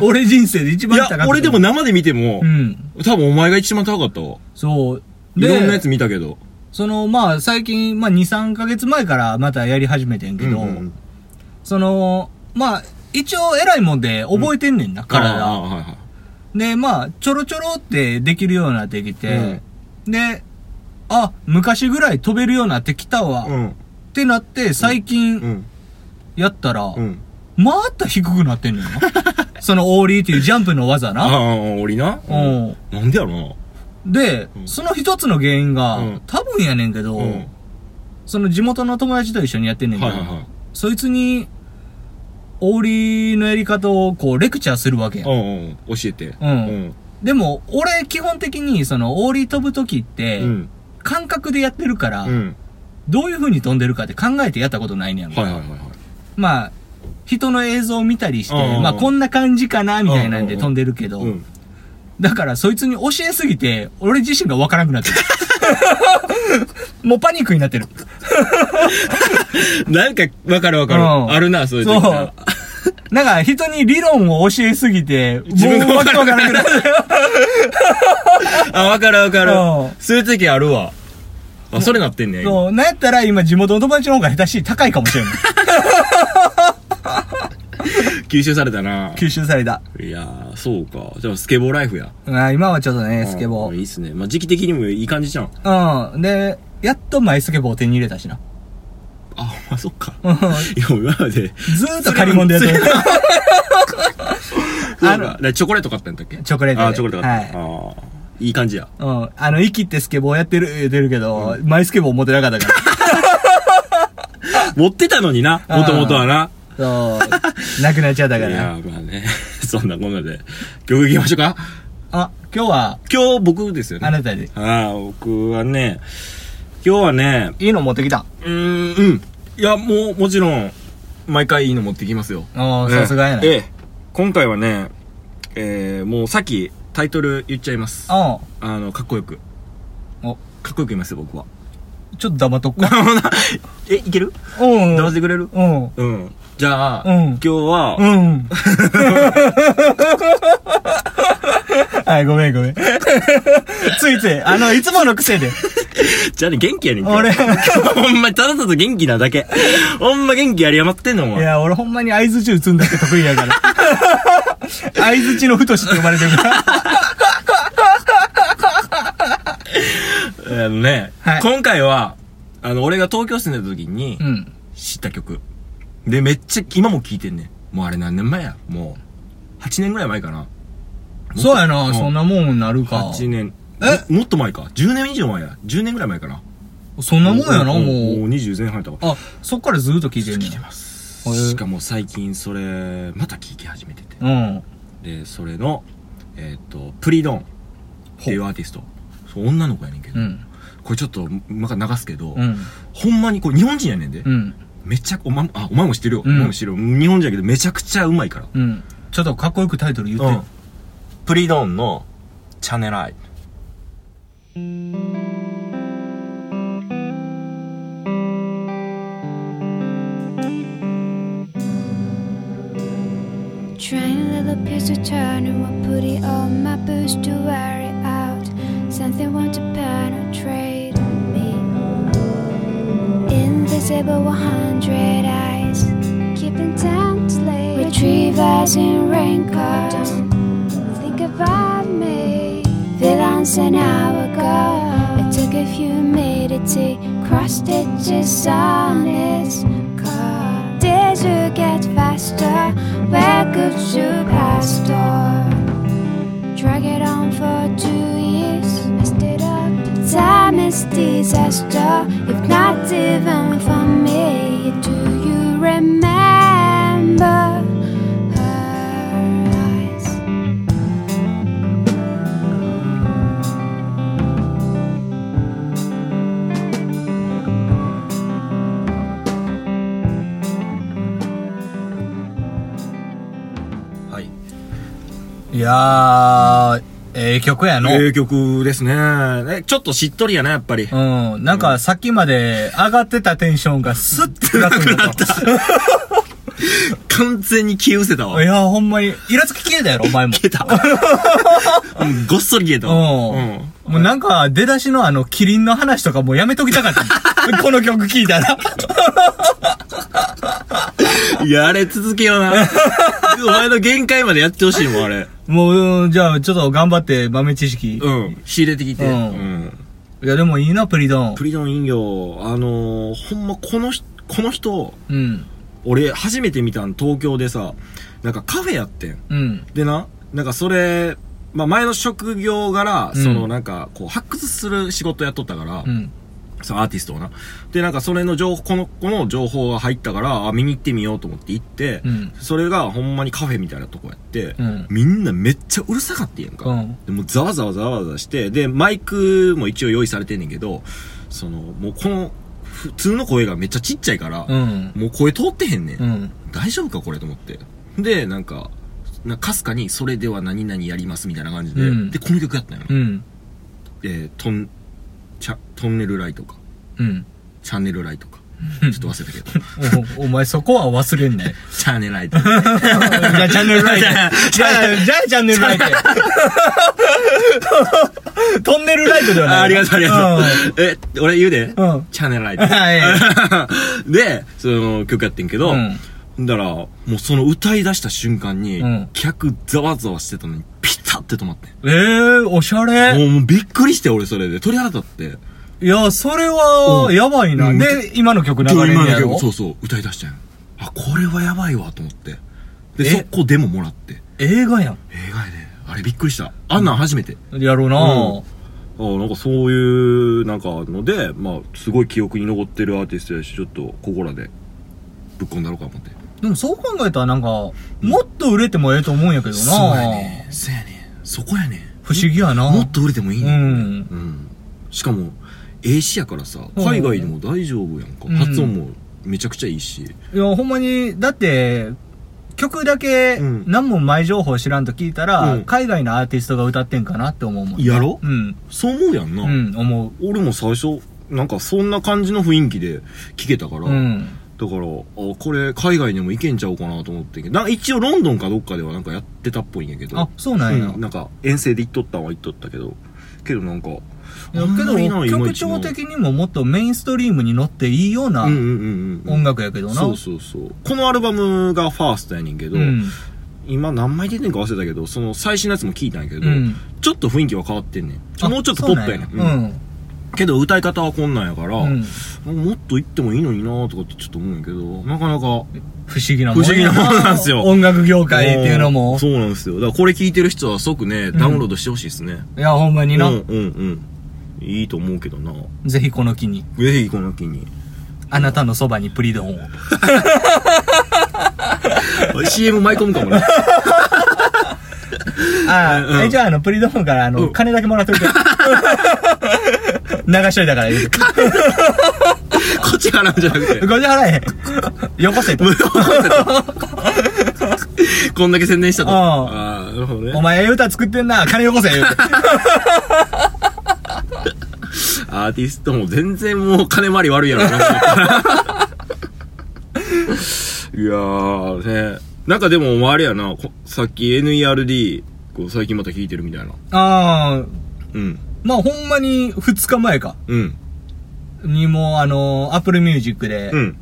俺人生で一い番や高かった、俺でも、生で見てもう、ん。多分お前が一番高かったわ。そう。いろんなやつ見たけど。その、まあ、最近、まあ、2、3ヶ月前からまたやり始めてんけど、うんうんその、まあ、一応偉いもんで覚えてんねんな、ああ体。はいはいで、まあ、ちょろちょろってできるようになってきて、で、あ、昔ぐらい飛べるようになってきたわ、うっん。てなって、最う近ん。やったら、うん。また低くなって んねんな。そのオーリーっていうジャンプの技あな。あ、俺な。うん。なんでやろな。で、うんその一つの原因が、うん多分やねんけど、うん。その地元の友達と一緒にやってんねんけはいど、はいはそいつに、オーリーのやり方をこう、レクチャーするわけい。や。うんんうん。教えて。うんうん。でも、俺基本的に、その、オーリー飛ぶ時って、うん。感覚でやってるから、うん。どういう風に飛んでるかって考えてやったことないねやんか。はいはいはいはい。まあ、人の映像を見たりして、うんうんうんまあこんな感じかな、みたいなんでうんうんうん飛んでるけど、うん。だからそいつに教えすぎて、俺自身がわからなくなってる。 もうパニックになってる。なんか、わかるわかうる。んあるな、そういうそ時うな。。なんか人に理論を教えすぎて、自分がもうわけわからなくなってる。あ、わかるわかうんる。そういう時あるわ。あ、それなってんね。今 そう。なんやったら今地元の友達の方が下手しい高いかも しれない。吸収されたな。吸収された。いやー、そうか。じゃあ、スケボーライフや。あ今はちょっとね、スケボうんいいっすね。まあ、時期的にもいい感じじゃん。ー。うん。で、やっとマイスケボーを手に入れたしな。 あ、ほんまそっか。ういんや、今まで。ずーっと借り物でやってる。なあんのか、でチョコレート買ったんだっけチョコレートであ、チョコレート買った。はあーいい感じや。 うん。あの、生きってスケボーやってる、言うてるけど、マイスケボー持ってなかったから。持ってたのにな、あーもともとはな。 そう。なくなっちゃったいかやら。ー、まあね。 そんなこんなで。曲行きましょうか。あ、今日は、今日僕ですよね。あなたで。ああ、僕はね、今日はね、いいの持ってきた。うーん、うん。いや、もう、もちろん、毎回いいの持ってきますよ。おー、ええさすがやな。ええ。今回はね、えー、もうさっきタイトル言っちゃいます。ああの、かっこよく。おかっこよく言いますよ、僕は。ちょっと黙っとっか。 え、いけるうん騙してくれるうん。うん。じゃあ、うん今日は、うん。はい、ごめんごめん。ついつい、あの、いつもの 癖で。じゃあね、元気やねん。今日 俺ほんまにただただ元気なだけ。ほんま元気やり余ってんの、おい前。や、俺ほんまに合図中打つんだけ得意や から。合図中の太しって呼ばれてるから。あのね、はい今回は、あの、俺が東京住んでた時に、うん。知った曲。で、めっちゃ、今も聴いてんねん。もうあれ何年前やもう、8年ぐらい前かな。そうやうな、んそんなもんなるか。 8年。えももっと前か。10年以上前や。10年ぐらい前かな。そんなもんやな、ももうう。 20前半やったわ。あ、そっからずっと聞いてるね聴いてん。ますへえ。しかも最近それ、また聴き始めてて。うん。で、それの、えーっと、プリドンっていうアーティスト。そう女の子やねんけどう。ん。これちょっと、また流すけどう、ん。ほんまにこれ日本人やねんでう。ん。めちゃく、おま、あ、お前も知ってるよ。おうん前も知ってるよ。日本人やけどめちゃくちゃうまいから。うん。ちょっとかっこよくタイトル言って。うん、プリドンのチャネライ Trying little piece to turn and I put it on my boots to wear it out. Something want to penetrate me. Invisible 100 eyes, keeping time to lay. Retrievers in raincoats. Think about me. Villains an hour ago. It took a humidity, cross stitches on its car. Did you get faster? Where could you pass door? Drag it on for two years. Messed it up. Time is disaster. If not even for me, do you remember her eyes? はいいやー、ええ曲やの。名曲ですねえちょっとしっとりやなやっぱりうん。なんか、さっきまで上がってたテンションがスッてなくなった。完全に消え失せたわい消や、ほんまに、イラつき消えたやろ、お前も。えた うんごっそり消えたわうん。もうなんか、出だしのあの、キリンの話とかもうやめときたかった。 この曲聴いたら。うんやれ続けような お前の限界までやってほしいもんあれもううん、じゃあ、ちょっと頑張って豆知識。うん仕入れてきてうんいや、でもいいな、プリドンプ。リドン飲料あのー、ほんまこの人この人うん。俺初めて見たん東京でさなんかカフェやってんうん。でな、なんかそれ、まあ前の職業柄、うんそのなんか、こう、発掘する仕事やっとったから、うん。そのアーティストをな。で、なんかそれの情報、この子の情報が入ったから、あ見に行ってみようと思って行って、うんそれがほんまにカフェみたいなとこやって、うんみんなめっちゃうるさかってやんか。うんでもうざわざわざわざわして、で、マイクも一応用意されてんねんけど、その、もうこの、普通の声がめっちゃちっちゃいから、うん。もう声通ってへんねん。うん。大丈夫かこれと思って。で、なんか、なかすかに、それでは何々やりますみたいな感じで、うんで、この曲やったんよ。うん。えートン、チャ、トンネルライトか、うん。チャンネルライトか。ちょっと忘れたけど。お、お前そこは忘れんなよ。チャンネルライ ト。じゃあチャン ネルライト。じゃあ、じゃあチャンネルライト。 トンネルライトではない。あありがとう、ありがとう。え、俺言うで、うんチャンネルライうん。はい。ト。 で、その曲やってんけど、だから、もうその歌い出した瞬間に、うん客ざわざわしてたのに、ピタって止まってん。えー、おしゃれ。もうもうびっくりして、俺それで。鳥肌立って。いや、それは、やばいな。うんで、今の曲流今れんねやのろ曲そうそう歌い出したんやあこれはやばいわと思ってでえそこでももらって映画や映画やであれびっくりしたあんなん初めて、ん。やろうなあなんかそういうなんかのでまあすごい記憶に残ってるアーティストやしちょっとここらでぶっ込んだろうか思ってでもそう考えたらなんか、もっと売れてもええと思うんやけどなそうやねんそこやねん不思議やなもっと売れてもいいねんうんうんしかも英詞やからさうん海外でも大丈夫やんか、うん発音もめちゃくちゃいいし、いや、ほんまに、だって、曲だけうん何も前情報知らんと聞いたら、うん海外のアーティストが歌ってんかなって思うもんねやろうん。そう思うやんな、うん、思う。俺も最初なんかそんな感じの雰囲気で聞けたから、うん。だからあこれ海外にも行けんちゃうかなと思ってんけどなんか一応ロンドンかどっかではなんかやってたっぽいんやけどあ、そうなんや。うんなんか遠征で行っとったんは行っとったけどけどなんかいやけど、曲調的にももっとメインストリームに乗っていいようななうんうんうんうん音楽やけどな。そうそうそうこのアルバムがファーストやねんけど、うん。今何枚出てんか忘れたけどその最新のやつも聞いたんやけど、うんちょっと雰囲気は変わってんねんちょあもうちょっとポップやねんそうなんやうんけど歌い方はこんなんやから、うん。うんもっと行ってもいいのになーとかってちょっと思うんやけど、なかなか。不思議なもんや。不思議なもんなんすよ 音楽業界っていうのうもん。そうなんですよ。だからこれ聞いてる人は即ね、ダウンロードしてほしいですね。いや、ほんまうにん、うな。ん、うん。いいと思うけどな。ぜひこの機に、ぜひこの機に。 あなたのそばにプリドンを。 CM 舞い込む かもね。あうんあ、えじゃあ、あの、プリドームから、あうの、ん金だけもらっといて。 流しといたから言うて。こっちからじゃなく て。 50払えへん。よこせと。こんだけ宣伝したと。うんああ、なるほどおね。前、ええ歌作ってんな。金よこせ。言うて アーティストも全然もう金回り悪いやろな。 いやーね。なんかでもあれやな、こさっき NERD、こう最近また弾いてるみたいな。ああ、うん。まあ、ほんまに、2日前か。うん。にも、あの、Apple Music でう、ん。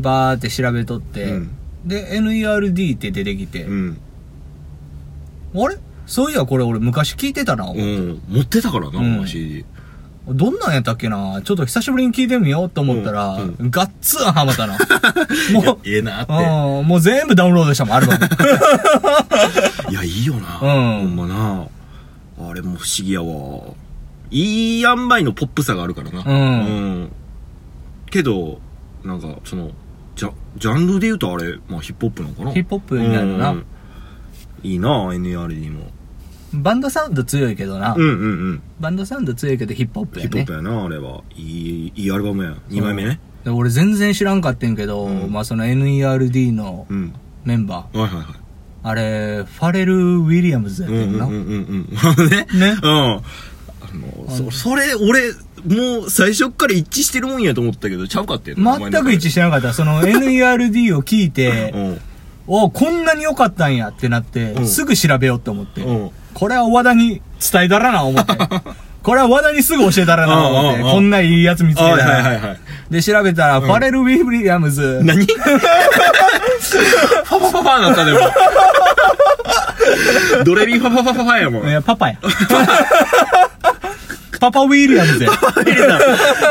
バーって調べとっうてん、で、NERD って出てきてう、ん。あれそういや、これ俺昔聞いてたな。うん。持ってたからな、うん CD。どんなんやったっけなちょっと久しぶりに聞いてみようと思ったらうん、ガッツンハマっ たな。もう、ええなって。うん、もう全部ダウンロードしたもん、アル バム。いや、いいよな。うんほんまな。あれも不思議やわ。いい塩梅のポップさがあるからな。うんうんけど、なんか、その、ジャ、ジャンルで言うとあれ、まあヒップホップなのかなヒップホップになるなうんいいな、NRD も。バンドサウンド強いけどな。うんうんうん。バンドサウンド強いけどヒップホップヒやップホッねプ。やな、あれは。いい、いいアルバムや。2枚目ね。で俺全然知らんかってんけど、まあその NERD のうん。メンバー、はいはいはい。あれ、ファレル・ウィリアムズやっうんてうんんな。うんうんうん。ね。ねうん。あの、そ、それ、俺、もう最初っから一致してるもんやと思ったけど、ちゃうかってんの。全く一致致してなかった。その NERD を聞いて、うん。おこんなに良かったんやってなって、んすぐ調べようと思って、うんこれは和田に伝えたらな、思 って。これは和田にすぐ教えたらな、思っうんて。うんうんこんないいやつ見つけあたはいはいはら。いはい。で、調べたら、ファレル・ウィリアムズ、何ファファファファなったでも。ドレミファファファファファやもん。いや、パパや。パパウィリアムズや。入れた。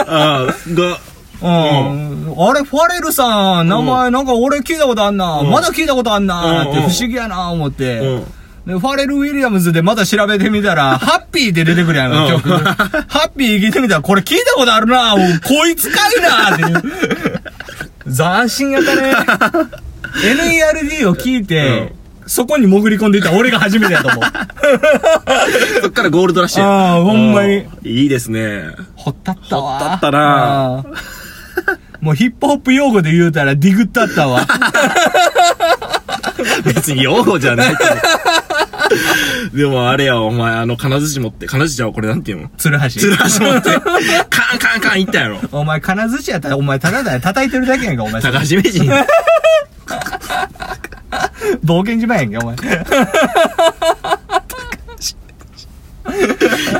あーが、うん。あれ、ファレルさん、名前なんか俺聞いたことあんな、んまだ聞いたことあんな、うんって不思議やな、思って。うん。でファレル・ウィリアムズでまた調べてみたら、ハッピーって出てくるやんか、曲。うんハッピー聞いてみたら、これ聞いたことあるなぁ、こいつかいなぁっていう。斬新やったね。NERD を聞いて、そこに潜り込んでいった俺が初めてやと思う。そっからゴールドラッシュ。ああほんまにうん。いいですね。ほったったわ。ほったったなあー。もうヒップホップ用語で言うたらディグったっ たわ。別に用語じゃないけど。でもあれや、お前、あの、金槌持って、金槌はこれなんていうの鶴橋。つらし持 って、カンカンカンいったやろ。お前金槌やったら、お前ただだよ。叩いてるだけやんか、お前。高橋名 人。冒険島やんけ、お前。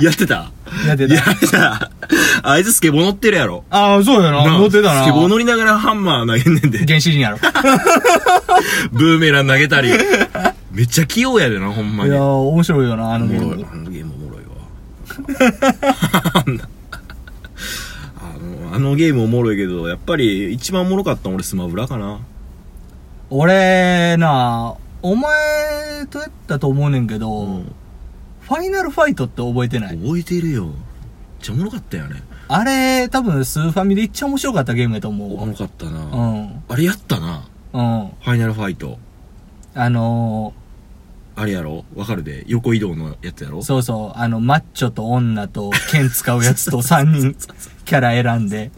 やってたやってやた。ってた。あいつスケボー乗ってるやろ。ああ、そうやな。乗ってたな。スケボー乗りながらハンマー投げんねんで。原始人やろ。ブーメラン投げ たり。めっちゃ器用やでな、ほんまいに。やー、お面白いよな、あのゲーもろいム。。あのゲームおもろいわ。 あのあのゲームおもろいけど、やっぱり一番おもろかったの俺スマブラかな。俺、なお前とやったと思うねんけど、うんファイナルファイトって覚えてない覚えてるよ。めっちゃおもろかったよね。あれ、多分スーファミで一番面白かったゲームやと思おうわ。もろかったうな。ん。あれやったな。うん。ファイナルファイト。あのあれやろわかるで。横移動のやつやろー、そうそう、あの、マッチョと女と剣使うやつと3人キャラ選んで、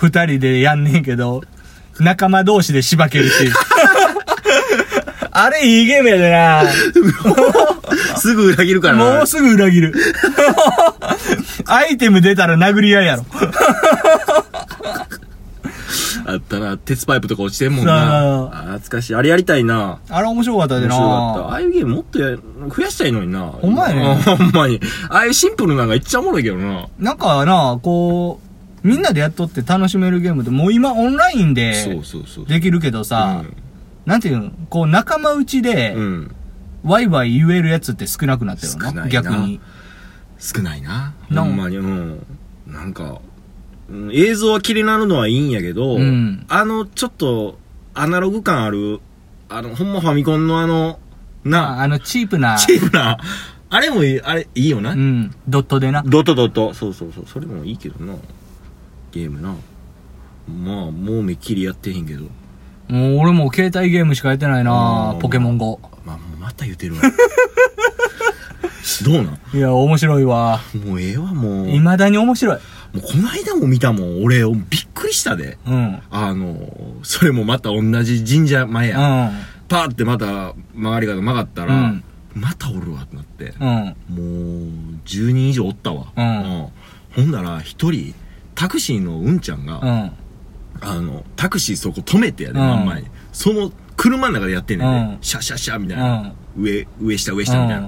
2人でやんねんけど、仲間同士でしばけるっていう。あれいいゲームやでなすぐ裏切るからな。もうすぐ裏切る。アイテム出たら殴り合いやろ。あったな。鉄パイプとか落ちてんもんな。さあ懐かしい。あれやりたいな。あれ面白かったで面な白かった。ああいうゲームもっとや増やしたいのにな。ほんまやね ほんまに。ああいうシンプルなのがいっちゃおもろいけどな。なんかなこう、みんなでやっとって楽しめるゲームって、もう今オンラインそでうそうそう。できるけどさ、なんていうのこう仲間内でうん。、うん。ワイワイ言えるやつって少なくなったよ少ないな、な逆に。少ないな。なほんまに。うん。なんか、うん映像は綺麗になるのはいいんやけど、うんあの、ちょっと、アナログ感ある、あの、ほんまファミコンのあの、あな、あの、チープな、チームな、あれもいい、あれ、いいよなう。ん、ドットでな。ドトドト。そうそうそう。それもいいけどな。ゲームな。まあ、もうめっきりやってへんけど。もう俺もう携帯ゲームしかやってないなうんポケモン GO。まあ、もうまた言う てるわ。どうなんいや、面白いわ。もうええわ、もう。もう未だに面白い。この間も見たもん。俺、びっくりしたで。うん。あの、それもまた同じ神社前うや。ん。パーってまた曲がり方曲がったら、うんまたおるわってなって。うん。もう、10人以上おったわ。うんほんなら、一人、タクシーのうんちゃんが、うん。あの、タクシーそこ止めてやで、うん真ん前に。その、車の中でやってんねんで、うんシャッシャッシャッみたいうな。ん。上、上下上下みたいな。うん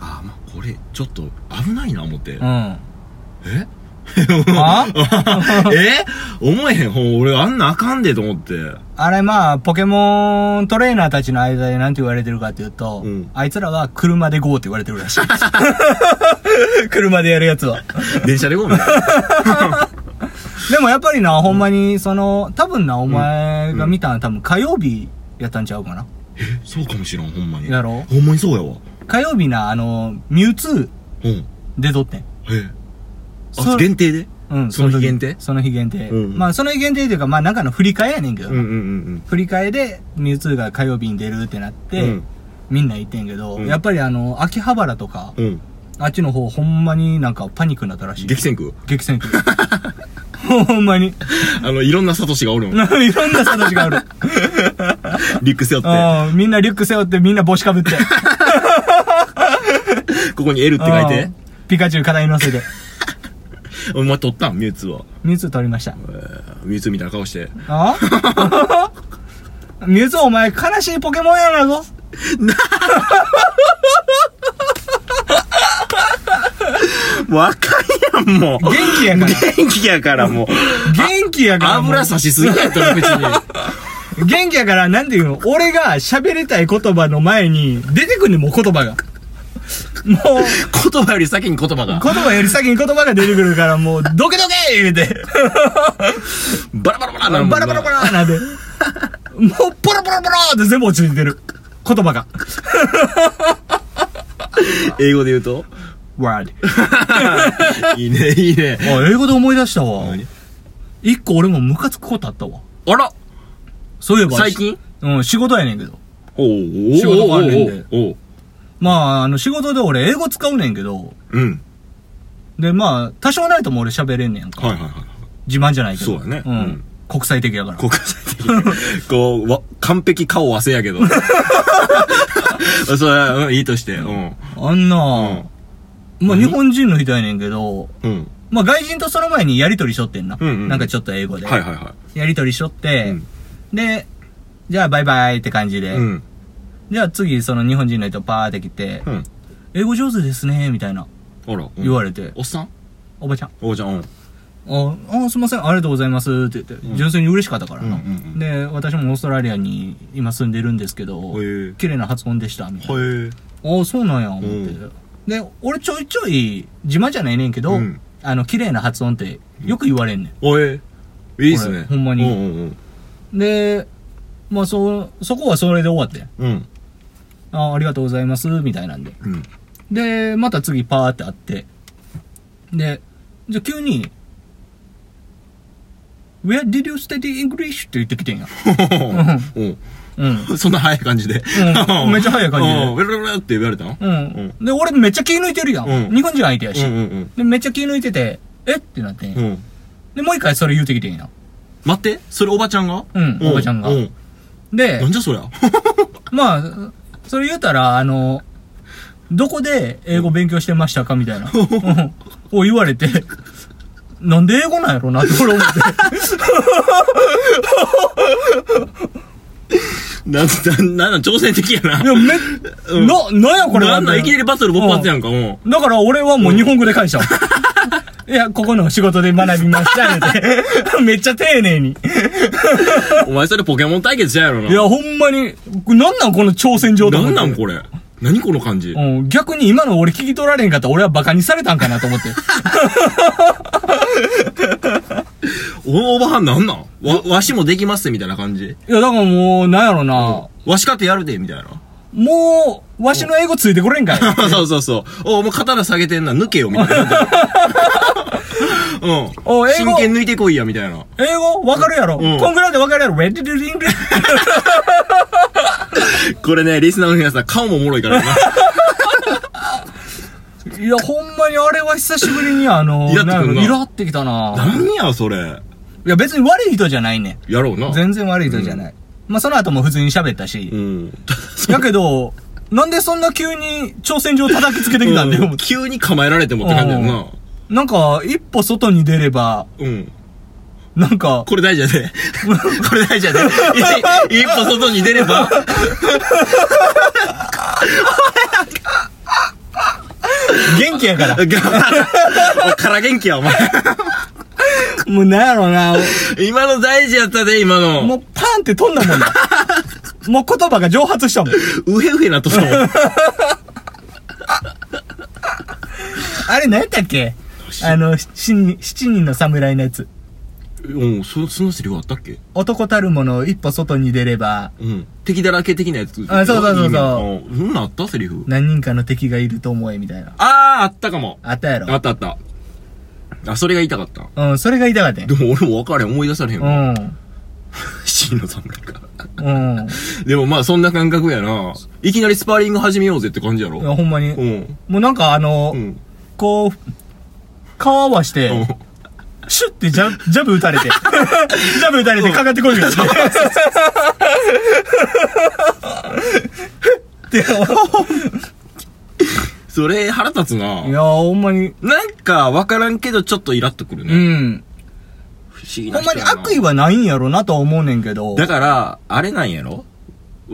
ああ、まあ、これ、ちょっと、危ないな、思って。 うん。え あえ思えへん、ほん、俺、あんなあかんで、と思って。あれまあ、ポケモントレーナーたちの間でなんて言われてるかっていうと、うんあいつらは車で GO って言われてるらしい。 車でやるやつは。電車でごめん。 でもやっぱりな、ほんまに、その、多分な、お前が見たのは多分火曜日やったんちゃうかな。そうかもしらん、ほんまに。やろほんまにそうやわ。火曜日な、あの、ミュウツーうん。へ出とってん。え。そあ、う限定でうん、その日時限定その日限定。うんまあ、その日限定というか、まあ、中の振り替えやねんけど。うんうんうん振り替えで、ミュウツーが火曜日に出るってなって、うんみんな行ってんけど、うんやっぱりあの、秋葉原とか、うん。うん。あっちの方、ほんまになんかパニックになったらしい。激戦区激戦区。 ほんまに。 あの、いろんなサトシがおるん。いろんな 形がある。リュック背負って、うん、みんなリュック背負って、みんな帽子かぶって。ここに L って書いてうん。ピカチュウ肩に乗せ て。お前撮ったんミュウツーは。ミュウツー取りました。ミュウツーみたいな顔して。あ ミュウツーお前悲しいポケモンやなぞ。わかんやん、もう。元気やから。 元気やから、もう。 元気やから。油差しすぎやったら、口に。元気やから、なんていうの俺が喋りたい言葉の前に、出てくんねん、もう言葉が。もう、言葉より先に言葉が。言葉より先に言葉が出てくるから、もう、ドケドケ言うて。バラバラバラなバるラもんなバラバラなんで。もう、ポロポロポロって全部落ちてる。言葉が。英語で言うと word。いいね、いいね。あ、英語で思い出したわ何。一個俺もムカつくことあったわ。あらそういえば。最近うん、仕事やねんけど。おお仕事があるんでおおまあ、あの、仕事で俺英語使うねんけど、うん。で、まあ、多少ないとも俺喋れんねんか。はいはいはい。自慢じゃないけそど。うやねうん。うん国際的やから。国際的に。こう、わ、完璧顔汗やけど。 それは、うん、いいとして。うん。あんな、まあ何日本人の人やねんけど、うん。まあ外人とその前にやりとりしとってんな。うんうんなんかちょっと英語で。はいはいはやりとりしとって、うんで、じゃあバイバイって感じい。で、うん。じゃあ次その日本人の人パーって来て、うん。英語上手ですね、みたいなあら。言われれて、おっさんおばちゃん、おうちゃん、うん。ああ、すいません、ありがとうございますって言って、うん純粋に嬉しかったからな、うんうんうんで、私もオーストラリアに今住んでるんですけど、へえ綺麗な発音でした、みたいな。へえ。ああ、そうなんや、思って。うんで、俺ちょいちょい、自慢じゃないねんけど、うんあの、綺麗な発音ってよく言われんねおえ。いいっすね。ほんまにうんうんん。で、まあ、そ、そこはそれで終わって。うん。うん。ああ、ありがとうございます、みたいなんで。うん。で、また次パーって会って。で、じゃあ急に、Where did you study English? って言って きてんや。うん。うん。そんな早い感じで。うんめっちゃ早い感じでうんベロベロベロって言われたのううんん。で、俺めっちゃ気抜いてるやん。うん日本人相手やし、うんうんで、めっちゃ気抜いてて、えってなってんや、うん。うん。で、もう一回それ言うてきてんや。待って、それおばちゃんがうんおばちゃんがうでなん、じゃそりゃ。まあ、それ言うたら、あの、どこで英語勉強してましたかみた いな。うんを言われて、なんで英語なんやろなって俺 思って。なん、なん、なんなん、挑戦的やな。いや、め、うんな、なんやこれなはんだ、いきなりバトル勃発やんか、もだから俺はもう日本語 で返したわ。いや、ここの仕事で学びました、言 うて。めっちゃ丁寧に。う。お前それポケモン対決じゃやろな。いや、ほんまに、これなんなんこの挑戦状態。なんなんこれ。何この感じ。うん、逆に今の俺聞き取られんかったら俺は馬鹿にされたんかなと思 って。お、おばはんなんなんわ、わしもできますってみたいな感じ。いや、だからもう、なんやろな。わしかてやるで、みたいな。 もう、わしの英語ついてこれんかい。そうそうそう。お、もう刀下げてんな、抜けよ、みたいな。 うん。お英語真剣抜いてこいや、みたいな。英語わかるやろ、うんこんぐらいでわかるやろ ?Red d i n g これね、リスナーの皆さん、顔もおもろいからな。 いや、ほんまにあれは久しぶりにあの、イラってくんななんやろイラってきたな。何や、それ。いや、別に悪い人じゃないねん。やろうな。全然悪い人じゃない。まあ、その後も普通に喋ったし。 うん。だけど、なんでそんな急に挑戦状叩きつけてきたんだうよん。急に構えられてもって感じだよな。なんか、一歩外に出れば、うん。なんか、これ大事やで。 これ大事やで。一一歩外に出れば。元気 やから。おから元気や、お前。もうなんやろな。今の大事やったで、今もの。うパンって飛んだも んな。もう言葉が蒸発したもん。うへうへなっとったもん。あれ何やったっけあの、七人、七人の侍のやつ。うん、そ、そのセリフあったっけ男たるもの一歩外に出れば、うん。敵だらけ的なやつ。あそうそうそうそうう。うん、あったセリフ。何人かの敵がいると思え、みたいな。あー、あったかも。あったやあろっ。たあった。あ、それが言いたかった。うん、それが痛かったでも俺も分からへん、思い出されへんわ。ん。シーの侍か。うん。うん。でもまあそんな感覚やな。いきなりスパーリング始めようぜって感じやいやろ。ほんまに。うん。もうなんかあの、うん。こう、顔合わして、うんシュッてジャジャブ打たれ て、ジャブ打たれてかかってこい よ。で。それ腹立つないやほんまに、なんか分からんけどちょっとイラっとくるうね。ん。不思議ほなんま人にやな悪意はないんやろなとは思うねんけど。だから、あれなんやろ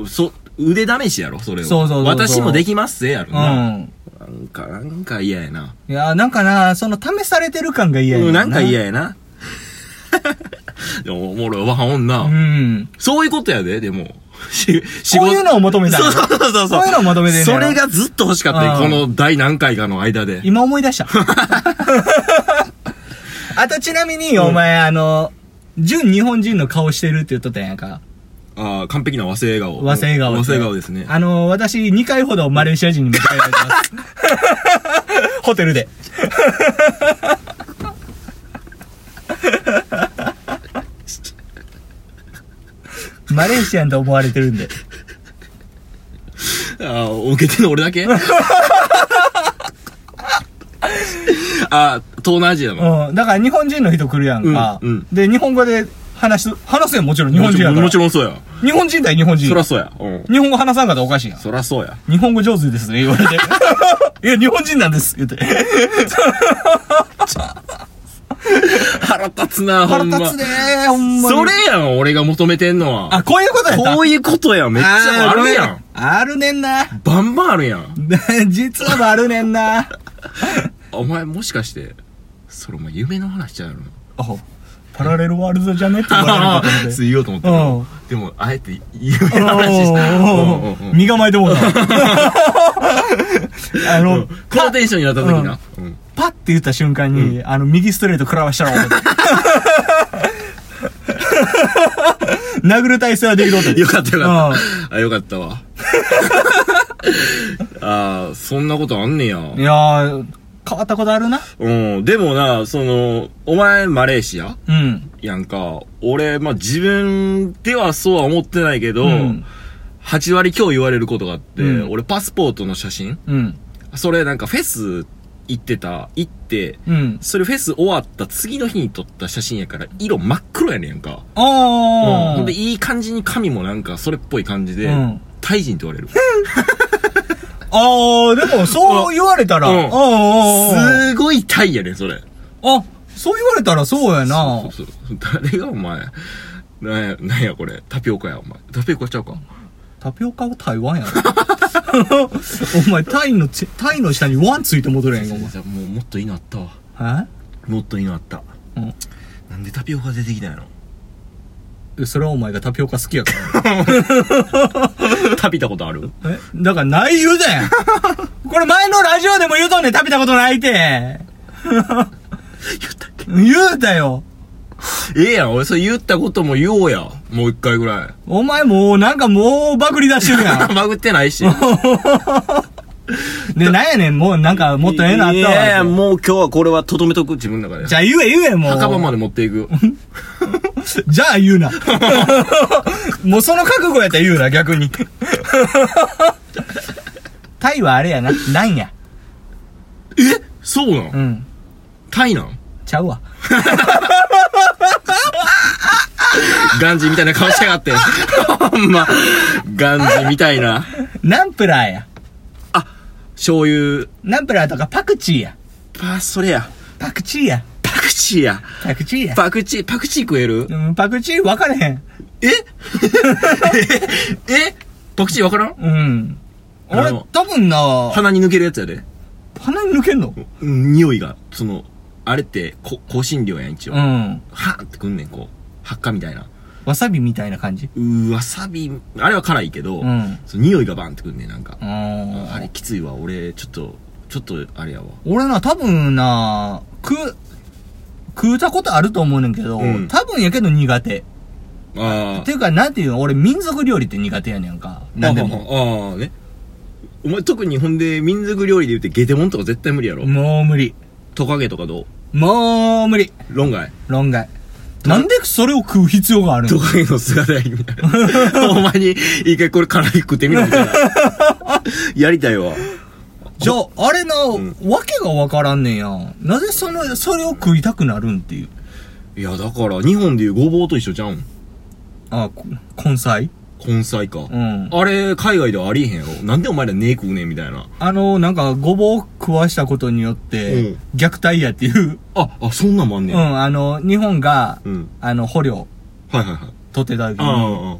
そ、腕試しやろそれを。そうそうそうそう私もできますぜやろうな。ん。なんか、なんか嫌やな。いやなんかな、その試されてる感が嫌やうんん、なんか嫌や。や な。でも、おもろい、わはん女、うん。そういうことやで、でも。し、仕こういうのを求めたんそやうそうそうそう。そういうのを求めてんねやそろれがずっと欲しかったよ、うこんの第何回かの間で。今思い出した。 あとちなみに、お前、あの、純日本人の顔してるって言っとったやんか。ああ、完璧な和製顔。和製顔。和製顔ですね。あの、私、2回ほどマレーシア人に迎えられてます。ホテルで。マレーシアンと思われてるんで。ああ、受けてんの俺だ けああ、東南アジアの。うん。だから日本人の人来るやんか。うんうんで、日本語で話す、話すやん、もちろん日本人やから。もちろんもちろんそうや。日本人対日本人。そらそうや。うん。日本語話さんかったらおかしいやん。そらそうや。日本語上手ですね、言わ れて。いや、日本人なんです、言って。腹立つな、腹ほんま。立つねー、ほんまに。それやん、俺が求めてんのは。あ、こういうことやったこういうことやん、めっちゃあるやん。。あるねんな。 バンバンあるやん。実はあるねんな。お前もしかして、それお前夢の話ちゃうのおパラレルワールドじゃねって言わあれる あ、こと そう言おうと思ったけどでも、あえて夢の話した。うんうんで。うん身構えて もうた。あの、このテンションになった時な。うんパッて言った瞬間に、あの、右ストレート食らわしたら 思った殴る体勢はできとったでよかったよかった。あ、よかったわ。 ああ、そんなことあんねや。いやー、変わったことあるな。うん、でもな、その、お前マレーシアうん。やんか。俺、まあ、自分ではそうは思ってないけど、うん8割今日言われることがあって、うん俺パスポートの写真うん。それなんかフェス行ってた、行って、うん。それフェス終わった次の日に撮った写真やから、色真っ黒やねんか。うん。あー。ほんで、いい感じに髪もなんか、それっぽい感じで、うんタイ人って言われる。あー、でも、そう言われたら、うんああ、すごいタイやねん、それ。あ、そう言われたらそうやな。そうそうそう誰がお前、なんや、なんやこれ、タピオカや、お前。タピオカちゃうか。タピオカは台湾やろ。 お前、タイのち、タイの下にワンついて戻れへんか、おじゃあもう、もっといいのあったわ。前。もっといいのあった。うんなんでタピオカ出てきたんやろ えそれはお前がタピオカ好きやから。食べたことあるえだからない言うたやん。これ前のラジオでも言うとんねん、食べたことないって。言ったっけ言うたよ。ええやん、俺それ言ったことも言おうや。もう一回ぐらい。お前もう、なんかもう、バグり出してるや まぐってない し。ん。で、なんやねん、もうなんかもっとええのあったわ。いやもう今日はこれはとどめとく、自分の中で。じゃあ言え言え、もう。墓場まで持っていく。 じゃあ言うな。もうその覚悟やったら言うな、逆に。 タイはあれやな、なんや。そうなん、うん。タイなんちゃうわ。ガンジーみたいな顔しやが って。ほんま。ガンジーみたいな。ナンプラーや。醤油。ナンプラーとかパクチーや。あ、それや。パクチーや。パクチーや。パクチーや。パクチー、パクチー食えるうん、パクチー分かれへん。え えパクチーわからんうん。あの俺、多分な、鼻に抜けるやつやで。鼻に抜けんのうん匂いが、その、あれって、こ香辛料やん、一応。うはん。ーってくんねん、こう。発火みたいな。わさびみたいな感じ。うー、わさび、あれは辛いけど、うんその匂いがバンってくんねん、なんかう。ん。あれきついわ、俺、ちょっと、ちょっと、あれやわ。俺な、多分な、食う、食うたことあると思うねんけど、うん多分やけど苦手。あっていうか、なんていうの、俺民族料理って苦手やねんか。なんで も。も。ああ、ね。お前特にほんで、民族料理で言うて、ゲテモンとか絶対無理やろ。もう無理。トカゲとかどうもう無理。論外。論外。なんでそれを食う必要があるトのカゲの姿焼きみたいな。 お前に、一回これ辛い食ってみろみた いな。やりたいわ。じゃあ、あれな、んわけがわからんねんやん。なぜその、それを食いたくなるんっていう。いや、だから、日本でいうごぼうと一緒じゃうん。あ、こ根菜根菜か。うん。あれ、海外ではありえへんやろ。なんでお前らねえ食うねんみたいな。あの、なんか、ごぼう食わしたことによって、うん虐待やっていう、あ、あ、そんなんもあんうねん、ん。あの、日本が、うん。あの、捕虜はいはいはい。取ってた時に、あ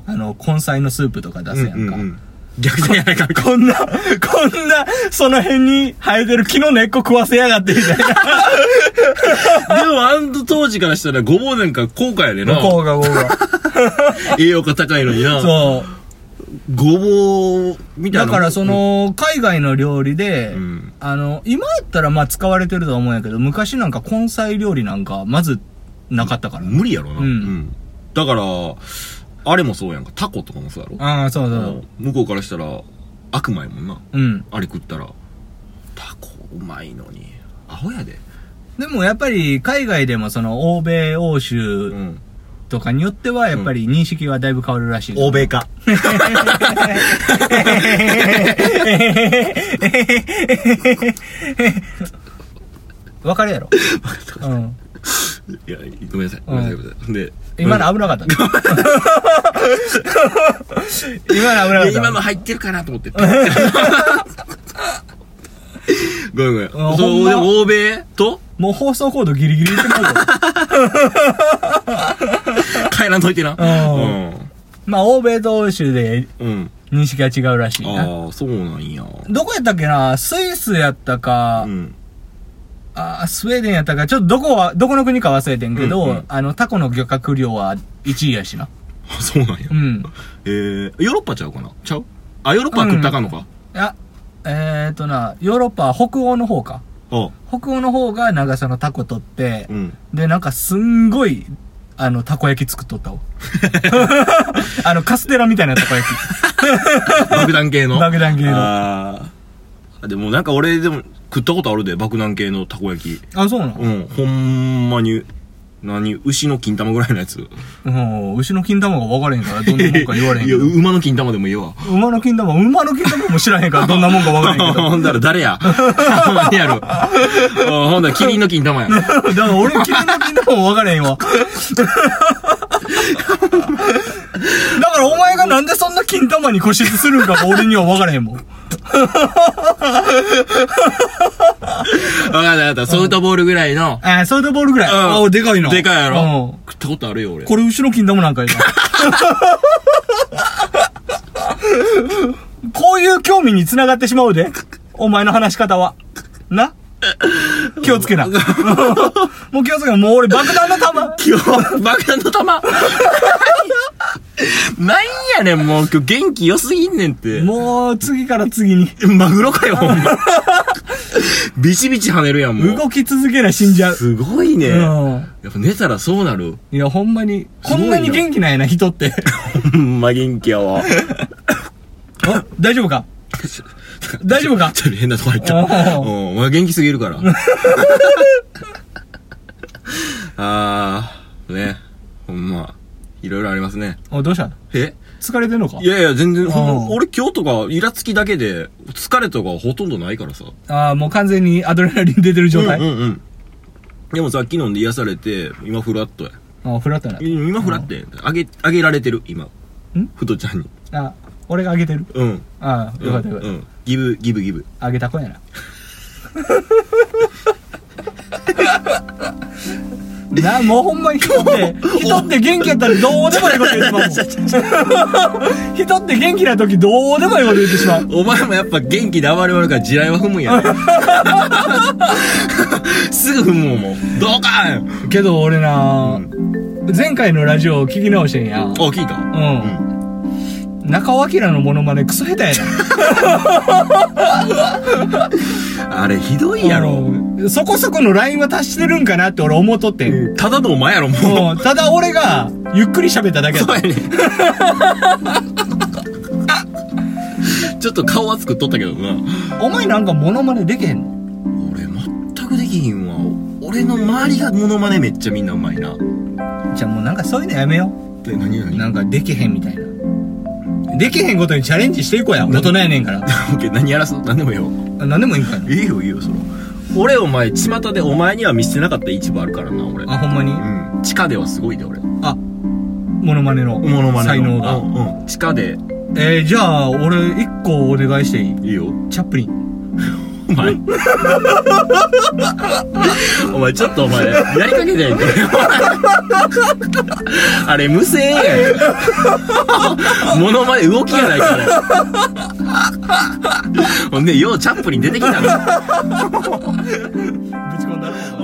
あの、根菜のスープとか出すやんか。うう 逆転やないか。こんな、こんな、その辺に生えてる木の根っこ食わせやがって、みたいな。 でも、あの当時からしたら、ごぼうなんか後悔やでな。こうがこう が。栄養価高いのに な。そう。ごぼう、みたいな。だからそ、の、海外の料理で、うんあの、今やったらまあ使われてるとは思うんやけど、昔なんか根菜料理なんか、まずなかったから。無理やろな。うんだから、あれもそうやんかタコとかもそうやろああ、そうそう。向こうからしたら悪魔やもんなうん。あれ食ったらタコうまいのにアホやででもやっぱり海外でもその欧米、欧州んとかによってはやっぱり認識はだいぶ変わるらしい。欧米か。 わかるやろ。うん。いやごめんなさいごめんなさいごめんなさいで今の危な かったね。今の危ないかっやた。今の入ってるかなと思 ってごめんごめんほんまそうでも欧米ともう放送コードギリギリいってもらう ぞ帰らんといてなうんまあ、欧米と欧州でうんうん認識が違うらしいな。ああそうなんやどこやったっけなスイスやったか、うんあスウェーデンやったか、ちょっとどこは、どこの国か忘れてんけど、うんうんあの、タコの漁獲量は1位やしな。あそうなんやうん。えーヨーロッパちゃうかなちゃうあヨーロッパは食ったらあかんのかいや、えーとな、ヨーロッパ、北欧の方か。あ北欧の方がなんかそのタコ取って、うんで、なんかすんごい、あの、たこ焼き作っとった わ。あの、カステラみたいなたこ焼き。爆弾系の爆弾系の。あ、あーでもなんか俺でも食ったことあるで爆弾系のたこ焼きそうなのうんほんまに何牛の金玉ぐらいのやつうん、牛の金玉が分からへんから、どん なもんか言われへんいけやど。馬の金玉でもいいわ馬の金玉、馬の金玉も知らへん から、どんなもんか分からへんけど。 ほんだら誰やほんまにやろうんほんだらキリンの金玉やだから俺、君の金玉も分からへん わ。だからお前がなんでそんな金玉に固執するんかが俺には分からへんもん。分かった分かったソフトボールぐらいのあー、ソードボールぐらい。うんあー、でかいな。でかいやうんろ食ったことあるよ俺これ後ろ金玉なんかやな。 こういう興味につながってしまうで。お前の話し方は。な気をつ けな。もう気をつけな。もう俺爆弾の玉。今日、爆弾の玉なんやねん、もう今日元気良すぎんねんって。もう次から次に。マグロかよ、ほんま。ビチビチ跳ねるやん、もう。動き続けな死んじゃう。すごいね。うんやっぱ寝たらそうなる。いや、ほんまに。すごこいなんなに元気ないな、人って。ほんま元気やわ。あ大丈夫か大丈夫かちょっと変なとこ入った。うん、お前元気すぎるから。あー、ね。ほんま、いろいろありますね。おどうしたえ疲れてんのかいやいや、全然、ほんうまん俺今日とか、イラつきだけで、疲れとかほとんどないからさ。ああ、もう完全にアドレナリン出てる状態。うんうんうん。でもさっき飲んで癒されて、今フラットや。あフラットな。今フラットや。あげ、あげられてる、今。んふとちゃんに。あ、俺があげてる。うん。ああ、よかったよかうった。ん。ギブ、ギブ、ギブ。あげた子 やな。な、もうほんまに人って、人って元気やったらどうでもいいこと言ってしまうも ん。人って元気な時どうでもいいこと言ってしまう。お前もやっぱ元気で暴れまるから地雷は踏むんやね。 すぐ踏むもん、もう。どうかんけど俺な、前回のラジオを聞き直してんや。あ、聞いたう。うん中尾明のモノマネクソ下手やあれ、ひどいな。 やろ。うんそこそこのラインは達してるんかなって俺思っとってん。ただのお前やろ、 もう。うんただ俺が、ゆっくり喋っただけやっそうたやね。 ちょっと顔は作っとったけどな。お前なんかモノマネできへんの俺全くできひんわ俺の周りがモノマネめっちゃみんなうまいなじゃあもうなんかそういうのやめよで何う。何なんかできへんみたいな。できへんことにチャレンジしていこうや。大人やねんから。オッケー 何やらすの何でもよあ何でもいいんかいないいよいいよその俺お前巷でお前には見せてなかった市場あるからな俺あ、ほんまにうん地下ではすごいで俺モあ、モノマネの。ノマネ才能が。うん、うん、地下でえー、じゃあ俺一個お願いしていいいいよチャップリン。お前 お前ちょっとお前やりかけてんけ あれ無声やんモノマネ動きやないからほんでようチャップリン出てきたのぶち込んだろ